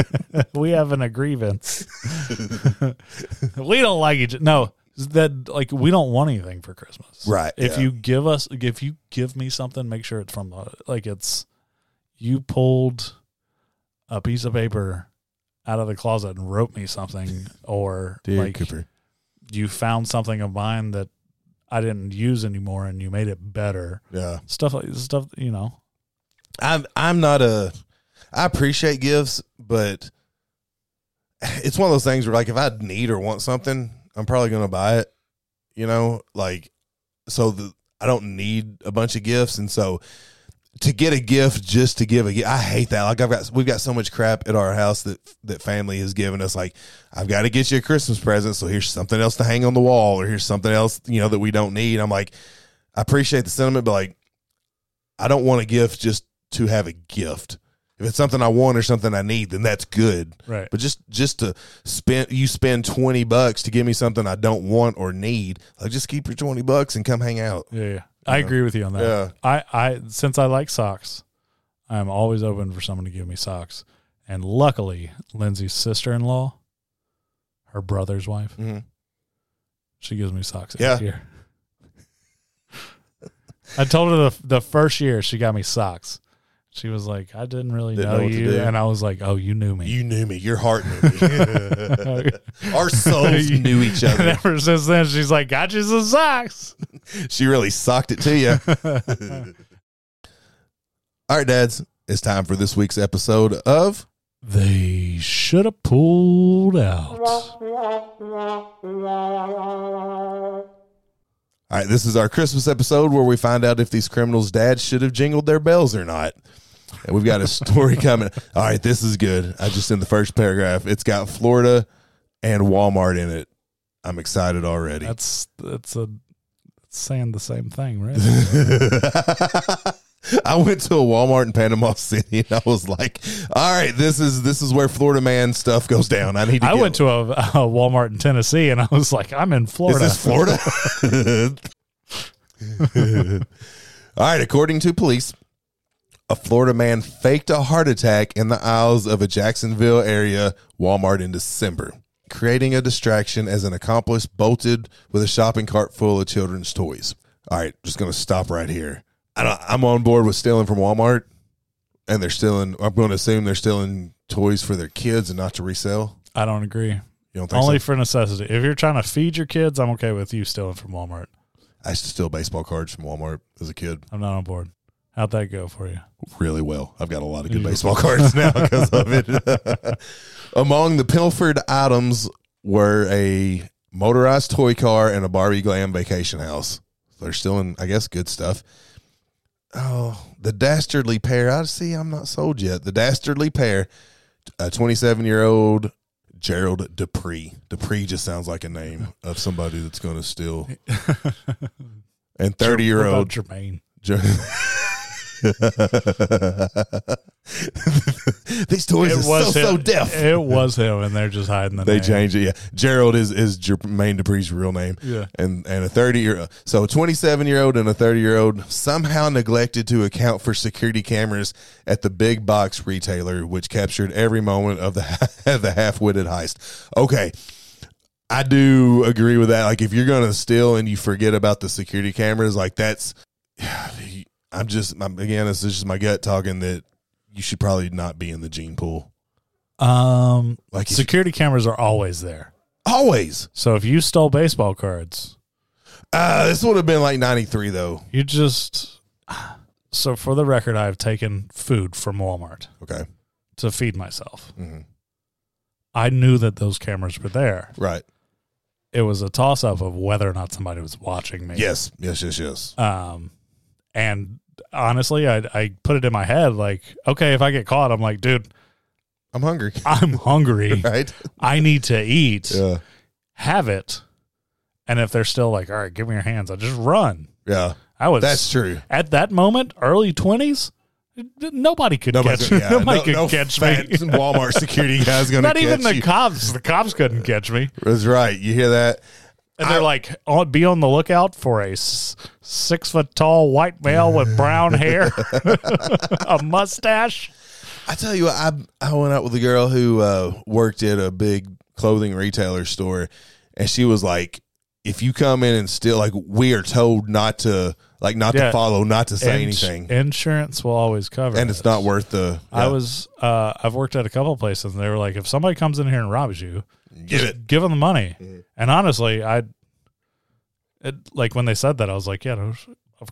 we have an agreement we don't like each no that like we don't want anything for christmas Right, if yeah. you give us if you give me something make sure it's from the like it's you pulled a piece of paper out of the closet and wrote me something or like you found something of mine that I didn't use anymore and you made it better. Yeah. Stuff like stuff, you know. I'm, I'm not a, I appreciate gifts, but it's one of those things where, like, if I need or want something, I'm probably going to buy it, you know? Like, so the, I don't need a bunch of gifts. And so to get a gift just to give a gift. I hate that. Like I've got we've got so much crap at our house that that family has given us. Like I've got to get you a Christmas present, so here's something else to hang on the wall, or here's something else you know that we don't need. I'm like, I appreciate the sentiment, but like, I don't want a gift just to have a gift. If it's something I want or something I need, then that's good. Right. But just just to spend you spend twenty bucks to give me something I don't want or need, like just keep your twenty bucks and come hang out. Yeah, yeah. I agree with you on that. Yeah. I, I since I like socks, I'm always open for someone to give me socks. And luckily, Lindsay's sister in law, her brother's wife, Mhm. she gives me socks Yeah. every year. I told her the the first year she got me socks. She was like, I didn't really Didn't know know, what to you. do. And I was like, Oh, you knew me. You knew me. Your heart knew me. Our souls knew each and other. ever since then, she's like, Got you some socks. She really socked it to you. All right, dads. It's time for this week's episode of They should have pulled out. All right, this is our Christmas episode where we find out if these criminals' dads should have jingled their bells or not. And we've got a story coming. All right, this is good. I just in the first paragraph, it's got Florida and Walmart in it. I'm excited already. That's that's a that's saying the same thing, right? I went to a Walmart in Panama City and I was like, "All right, this is this is where Florida man stuff goes down. I need to I get went to a, a Walmart in Tennessee, and I was like, I'm in Is Florida. this Florida? All right, according to police, a Florida man faked a heart attack in the aisles of a Jacksonville area Walmart in December, creating a distraction as an accomplice bolted with a shopping cart full of children's toys. All right, just going to stop right here. I don't, I'm on board with stealing from Walmart, and they're stealing, I'm going to assume they're stealing toys for their kids and not to resell. I don't agree. You don't think Only so? for necessity. If you're trying to feed your kids, I'm okay with you stealing from Walmart. I used to steal baseball cards from Walmart as a kid. I'm not on board. How'd that go for you? really well. I've got a lot of good baseball cards now because of it. Among the pilfered items were a motorized toy car and a Barbie glam vacation house. They're still in, I guess, good stuff. Oh, the dastardly pair. I see. I'm not sold yet. The dastardly pair, a 27 year old Gerald Dupree. Dupree just sounds like a name of somebody that's going to steal. And 30 year What about old Jermaine. Jer- These toys are so him. so deaf. It was him, and they're just hiding the they name. changed it. Yeah, Gerald is is Jermaine Dupree's real name. Yeah. and and a thirty year so a twenty seven year old and a thirty year old somehow neglected to account for security cameras at the big box retailer, which captured every moment of the of the half witted heist. Okay. I do agree with that. Like, if you're going to steal and you forget about the security cameras, like that's, I'm just, I'm, again, this is just my gut talking that you should probably not be in the gene pool. Um, Like if- security cameras are always there. Always. So if you stole baseball cards, Uh, this would have been like 93, though. You just so for the record, I've taken food from Walmart Okay. to feed myself. Mhm. I knew that those cameras were there. Right. It was a toss up of whether or not somebody was watching me. Yes. Yes, yes, yes. Um, and honestly, I I put it in my head like, okay, if I get caught, I'm like, dude, I'm hungry. I'm hungry. Right. I need to eat. Yeah. Have it. And if they're still like, all right, give me your hands, I just run. Yeah. I was That's true. at that moment, early twenties, nobody could Nobody's catch me. yeah, nobody no- could no catch fat me. Walmart security guy's going to Not catch even the you. cops. The cops couldn't catch me. That's right. You hear that? And they're like, on, be on the lookout for a s- six foot tall white male with brown hair, a mustache. I tell you, what, I I went out with a girl who uh, worked at a big clothing retailer store, and she was like, "If you come in and still like, we are told not to like not to Yeah. follow, not to say Ins- anything, Insurance will always cover. and it. it's not worth the." I yeah, was. Uh, I've worked at a couple of places, and they were like, if somebody comes in here and robs you, get it. Mm-hmm. give them the money. And honestly, I, it, like when they said that, I was like, yeah, no, of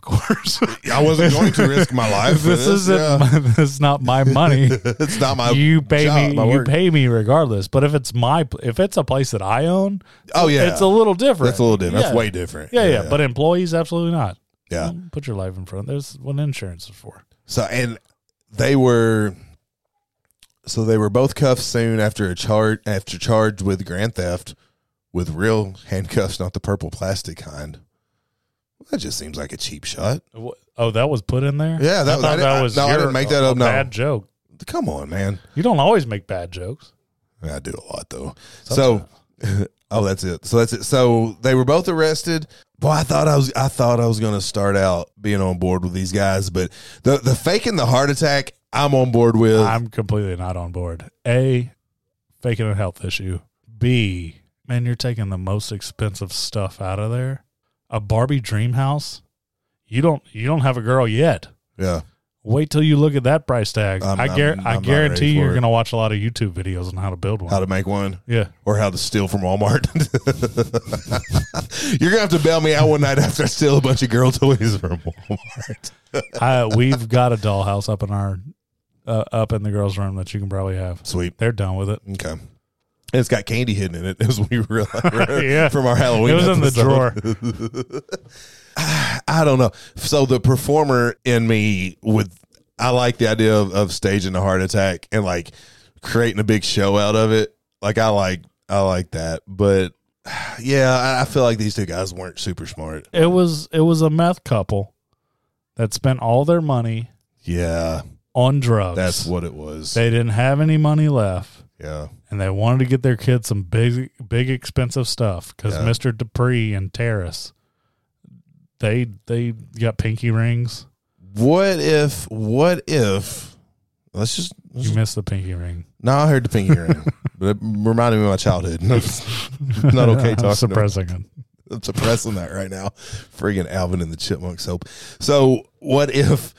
course. I wasn't going to risk my life. for this isn't yeah. my, this is not my money. it's not my you pay job, me my you work. pay me regardless. But if it's my pl- if it's a place that I own, oh yeah, it's a little different. that's a little different. Yeah. That's way different. yeah, yeah, But employees absolutely not. Yeah. Don't Put your life in front. There's what insurance is for. So and they were so they were both cuffed soon after a charge after charged with grand theft with real handcuffs, not the purple plastic kind. That just seems like a cheap shot. Wha- Oh, that was put in there. Yeah, that- I thought I- that I- was no, I your- didn't make that a- up, a no. bad joke. Come on, man. You don't always make bad jokes. I do a lot though. So oh that's it. So that's it. So they were both arrested. Boy, I thought I was I thought I was gonna start out being on board with these guys, but the the faking the heart attack, I'm on board with. I'm completely not on board. A, faking a health issue. B, man, you're taking the most expensive stuff out of there. A Barbie dream house. You don't. You don't have a girl yet. yeah. Wait Wait till you look at that price tag. I'm- I gar- I'm- I'm I not guarantee ready for you're it. going to watch a lot of YouTube videos on how to build one. how to make one. yeah. or how to steal from Walmart. You're gonna have to bail me out one night after I steal a bunch of girl toys from Walmart. I, we've got a dollhouse up in our uh, up in the girls' room that you can probably have. Sweet. They're done with it. Okay. And It's got candy hidden in it, as we realized Yeah. from our Halloween. It was in the drawer. I don't know. So the performer in me would I like the idea of, of staging a heart attack and like creating a big show out of it. Like I like I like that, but yeah, I, I feel like these two guys weren't super smart. It was it was a meth couple that spent all their money Yeah, on drugs. That's what it was. they didn't have any money left, yeah. and they wanted to get their kids some big big expensive stuff because Yeah. Mr. Dupree and Terrace, they they got pinky rings. What if? What if? Let's just. Let's You just missed the pinky ring. no, I heard the pinky ring, but it reminded me of my childhood. Not okay I'm talking about- Suppressing it. I'm suppressing that right now. Friggin' Alvin and the Chipmunks hope. So what if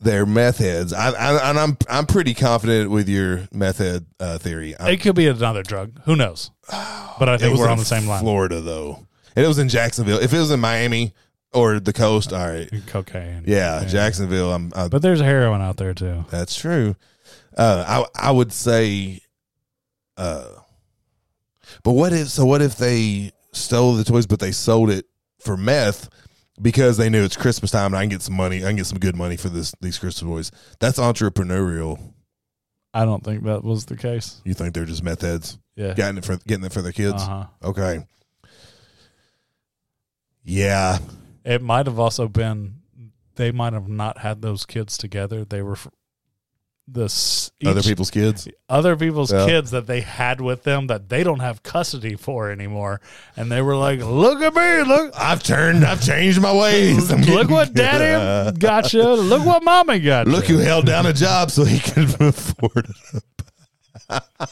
they're meth heads? I, I, and I'm I'm pretty confident with your meth head uh, theory. I'm, It could be another drug. Who knows? But I It think was we're on in the same line. Florida though, and it was in Jacksonville. If it was in Miami or the coast, all right. Cocaine. Yeah, Jacksonville. I'm, i But there's heroin out there too. That's true. Uh, I I would say, uh, but what if so? What if they stole the toys, but they sold it for meth because they knew it's Christmas time and I can get some money. I can get some good money for this these Christmas toys. That's entrepreneurial. I don't think that was the case. You think they're just meth heads Yeah. getting it for getting it for their kids? Uh-huh. Okay. Yeah, It might have also been they might have not had those kids together. They were f- the s- each, other people's kids. other people's Yeah. kids that they had with them that they don't have custody for anymore, and they were like, "Look at me, look." I've turned. I've changed my ways. I'm Look getting- what daddy got you. Look what mommy got Look you. who held down a job so he could afford it.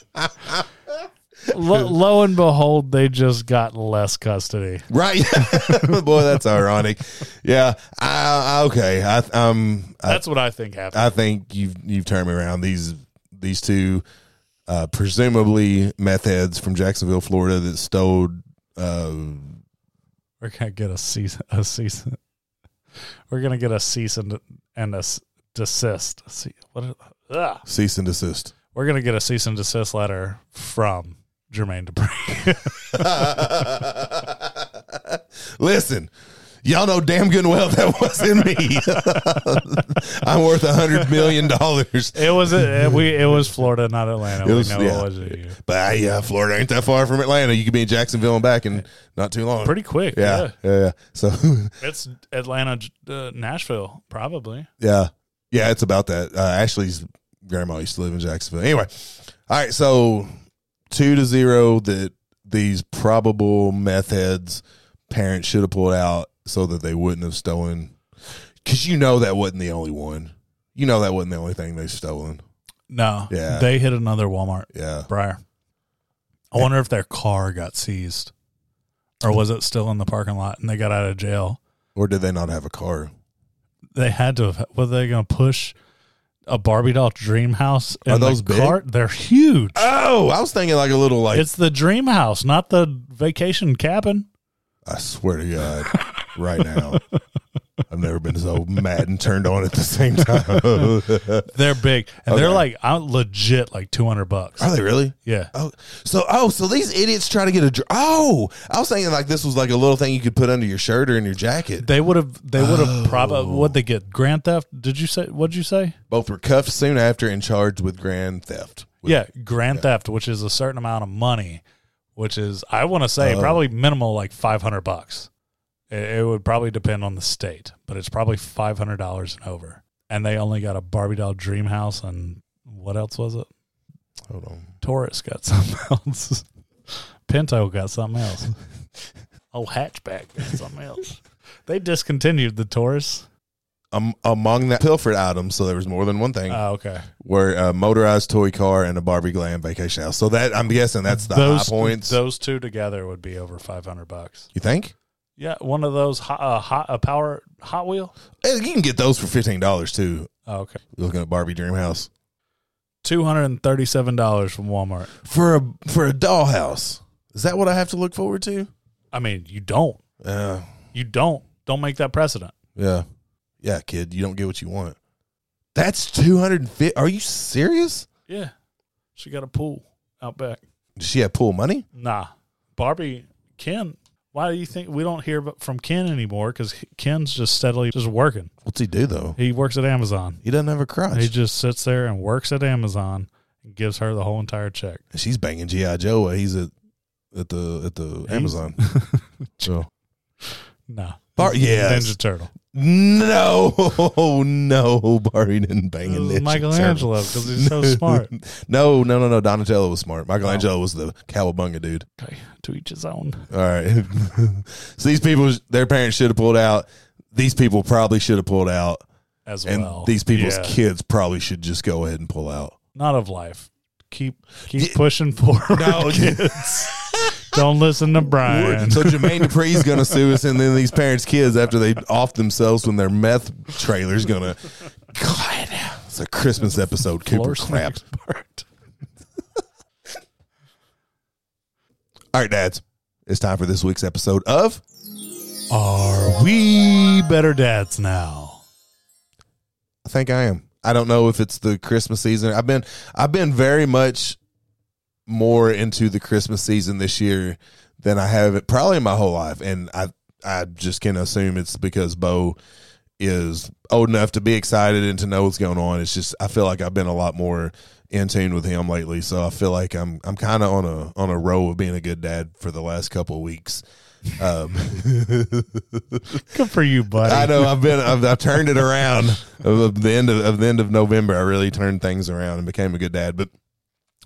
Lo, lo and behold, they just got less custody. Right. Boy, that's ironic. Yeah. I, I- okay. I um I, That's what I think happened. I think you've you've turned me around. These these two uh presumably meth heads from Jacksonville, Florida that stole uh We're gonna get a cease a cease. We're gonna get a cease and and a s- desist. See what? is- ugh. cease and desist. We're gonna get a cease and desist letter from Jermaine Dupri. Listen, y'all know damn good and well that wasn't me. I'm worth a hundred million dollars. it was it, we. It was Florida, not Atlanta. It was- we know yeah. it was you. But uh, yeah, Florida ain't that far from Atlanta. You could be in Jacksonville and back in not too long. Pretty quick. Yeah. yeah, yeah, yeah. So It's Atlanta, J- uh, Nashville, probably. yeah, yeah. It's about that. Uh, Ashley's grandma used to live in Jacksonville. Anyway, all right. So two to zero that these probable meth heads parents should have pulled out so that they wouldn't have stolen. Because you know that wasn't the only one. You know that wasn't the only thing they stolen. No. Yeah. They hit another Walmart. Yeah. Briar. I wonder if their car got seized, or was it still in the parking lot and they got out of jail. Or did they not have a car? they had to have were they gonna push a Barbie doll dream house in Are those the big? cart? They're huge. Oh, I was thinking like a little like it's the dream house, not the vacation cabin. I swear to God, right now. I've never been so mad and turned on at the same time. They're big, and they're Okay. like I'm legit like two hundred bucks. Are they really? Yeah, Oh, so oh, so these idiots try to get a. dr- Oh, I was thinking like this was like a little thing you could put under your shirt or in your jacket. they would have. They would have Oh. probably. What they get? Grand theft? Did you say? What'd you say? Both were cuffed soon after and charged with grand theft. With- yeah, grand theft, which is a certain amount of money, which is I want to say probably minimal like five hundred bucks. It, it would probably depend on the state, but it's probably five hundred dollars and over. And they only got a Barbie doll dream house and what else was it? Hold on. Taurus got something else. Pinto got something else. oh, hatchback got something else. They discontinued the Taurus. Um, among the pilfered items, so there was more than one thing, Oh, okay. were a motorized toy car and a Barbie glam vacation house. So that I'm guessing that's the those high points. Those two together would be over five hundred bucks. you think? Yeah, one of those hot, uh, hot a power Hot Wheel. Hey, You can get those for fifteen dollars too. Oh, okay, Looking at Barbie Dream House two hundred and thirty-seven dollars from Walmart. for a for a dollhouse. Is that what I have to look forward to? I mean, you don't, Yeah, you don't, don't make that precedent. yeah, yeah, kid. You don't get what you want. That's two hundred and fifty. Are you serious? Yeah, she got a pool out back. Does she have pool money? Nah, Barbie Ken. Why do you think we don't hear about- from Ken anymore? Because Ken's just steadily just working. What's he do though? He works at Amazon. He doesn't have a crotch. He just sits there and works at Amazon and gives her the whole entire check. She's banging GI Joe. while He's at at the at the Amazon. so. Nah, Bar- yes. Ninja Turtle. No, no, Barry didn't bang a It was ninja Michelangelo turtle. 'cause he's so smart. Oh. No, no, no, no. Donatello was smart. Michelangelo was the cowabunga dude. Okay, to each his own. All right. so these people, their parents should have pulled out. These people probably should have pulled out, As and well, these people's Yeah. kids probably should just go ahead and pull out. not of life. Keep keep Yeah. pushing forward. No, kids. Don't listen to Brian. So Jermaine Dupree's gonna sue us, and then these parents' kids after they off themselves when their meth trailer's gonna. God, it's a Christmas episode. Cooper Floor crap. snakes part. All right, dads. It's time for this week's episode of Are We Better dads now. I think I am. I don't know if it's the Christmas season. I've been I've been very much more into the Christmas season this year than I have it probably my whole life. And I I just can assume it's because Bo is old enough to be excited and to know what's going on. It's just I feel like I've been a lot more in tune with him lately. So I feel like I'm I'm kinda on a on a roll of being a good dad for the last couple of weeks. Um Good for you, buddy. I know I've been I've, I've turned it around of, of the end of, of the end of November. I really turned things around and became a good dad. But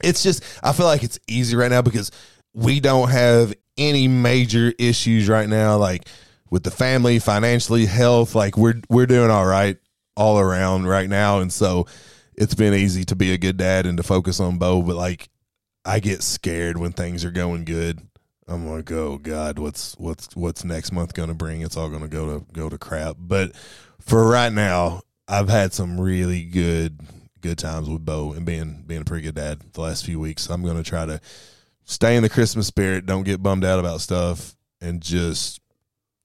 it's just I feel like it's easy right now because we don't have any major issues right now, like with the family, financially, health. Like we're we're doing all right all around right now, and so it's been easy to be a good dad and to focus on Bo. But like I get scared when things are going good. I'm like, oh God, what's what's what's next month gonna bring? It's all gonna go to go to crap. But for right now, I've had some really good good times with Bo and being being a pretty good dad the last few weeks. So I'm gonna try to stay in the Christmas spirit, don't get bummed out about stuff, and just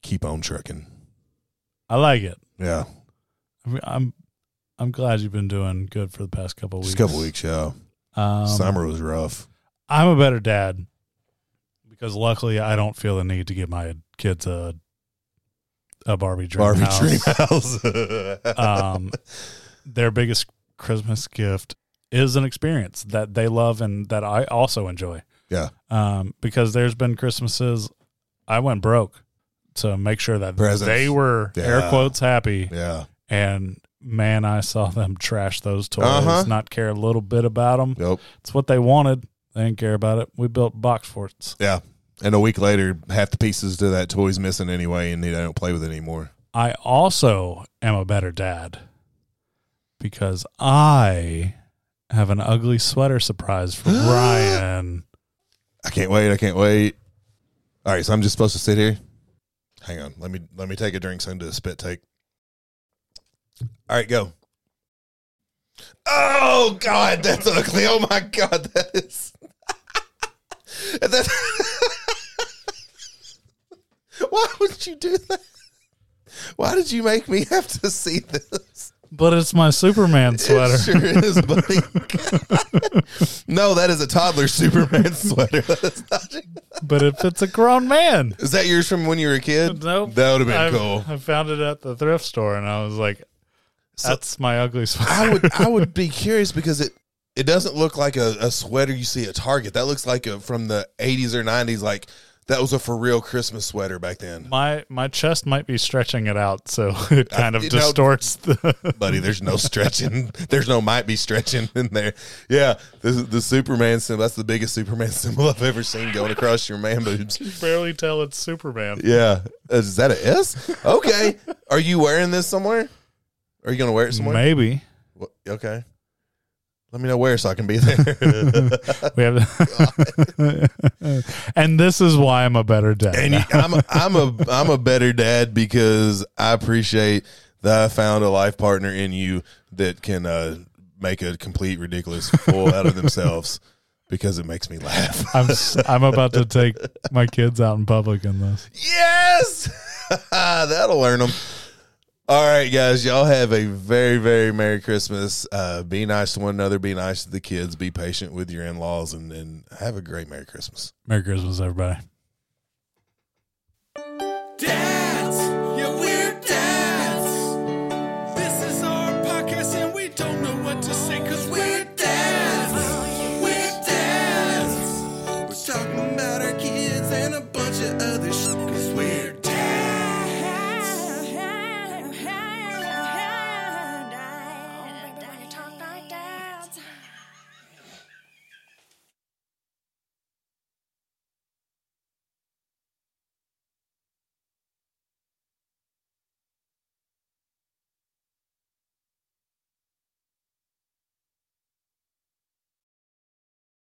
keep on trucking. I like it. Yeah. I mean, I'm I'm glad you've been doing good for the past couple weeks. Just a couple weeks, yeah. Um, Summer was rough. I'm a better dad because luckily I don't feel the need to get my kids a a Barbie dream Barbie house. dream house. um, their biggest Christmas gift is an experience that they love and that I also enjoy. Yeah. Um, because there's been Christmases I went broke to make sure that Presents. they were air Yeah. quotes happy, yeah. and man, I saw them trash those toys, Uh-huh. not care a little bit about them. Yep. It's what they wanted. They didn't care about it. We built box forts. Yeah. And a week later, half the pieces to that toy's missing anyway, and they don't play with it anymore. I also am a better dad because I have an ugly sweater surprise for Ryan. I can't wait. I can't wait. All right, so I'm just supposed to sit here. Hang on. Let me let me take a drink. So I can do a spit take. All right, go. Oh God, that's ugly. Oh my God, that is. that, why would you do that? Why did you make me have to see this? But it's my Superman sweater. It sure is, buddy. no, that is a toddler Superman sweater. That's not- but it fits a grown man. is that yours from when you were a kid? Nope. That would have been I- cool. I found it at the thrift store and I was like, So- that's my ugly sweater. I would I would be curious because it it doesn't look like a, a sweater you see at Target. That looks like a from the eighties or nineties, like that was a for real Christmas sweater back then. my my chest might be stretching it out, so it kind of you know- distorts the. Buddy, there's no stretching. There's no might be stretching in there. Yeah, this is the Superman symbol. That's the biggest Superman symbol I've ever seen going across your man boobs. barely tell it's Superman. Yeah, Uh, is that a S? Okay, are you wearing this somewhere? Are you gonna wear it somewhere? Maybe Wha- Okay, let me know where so I can be there. we have, and this is why I'm a better dad. and you- I'm I'm a I'm a better dad because I appreciate that I found a life partner in you that can uh, make a complete ridiculous fool out of themselves because it makes me laugh. I'm s- I'm about to take my kids out in public in this. Yes, that'll learn them. All right, guys, y'all have a very, very Merry Christmas. Uh, be nice to one another. Be nice to the kids. Be patient with your in laws, and, and have a great Merry Christmas. Merry Christmas, everybody.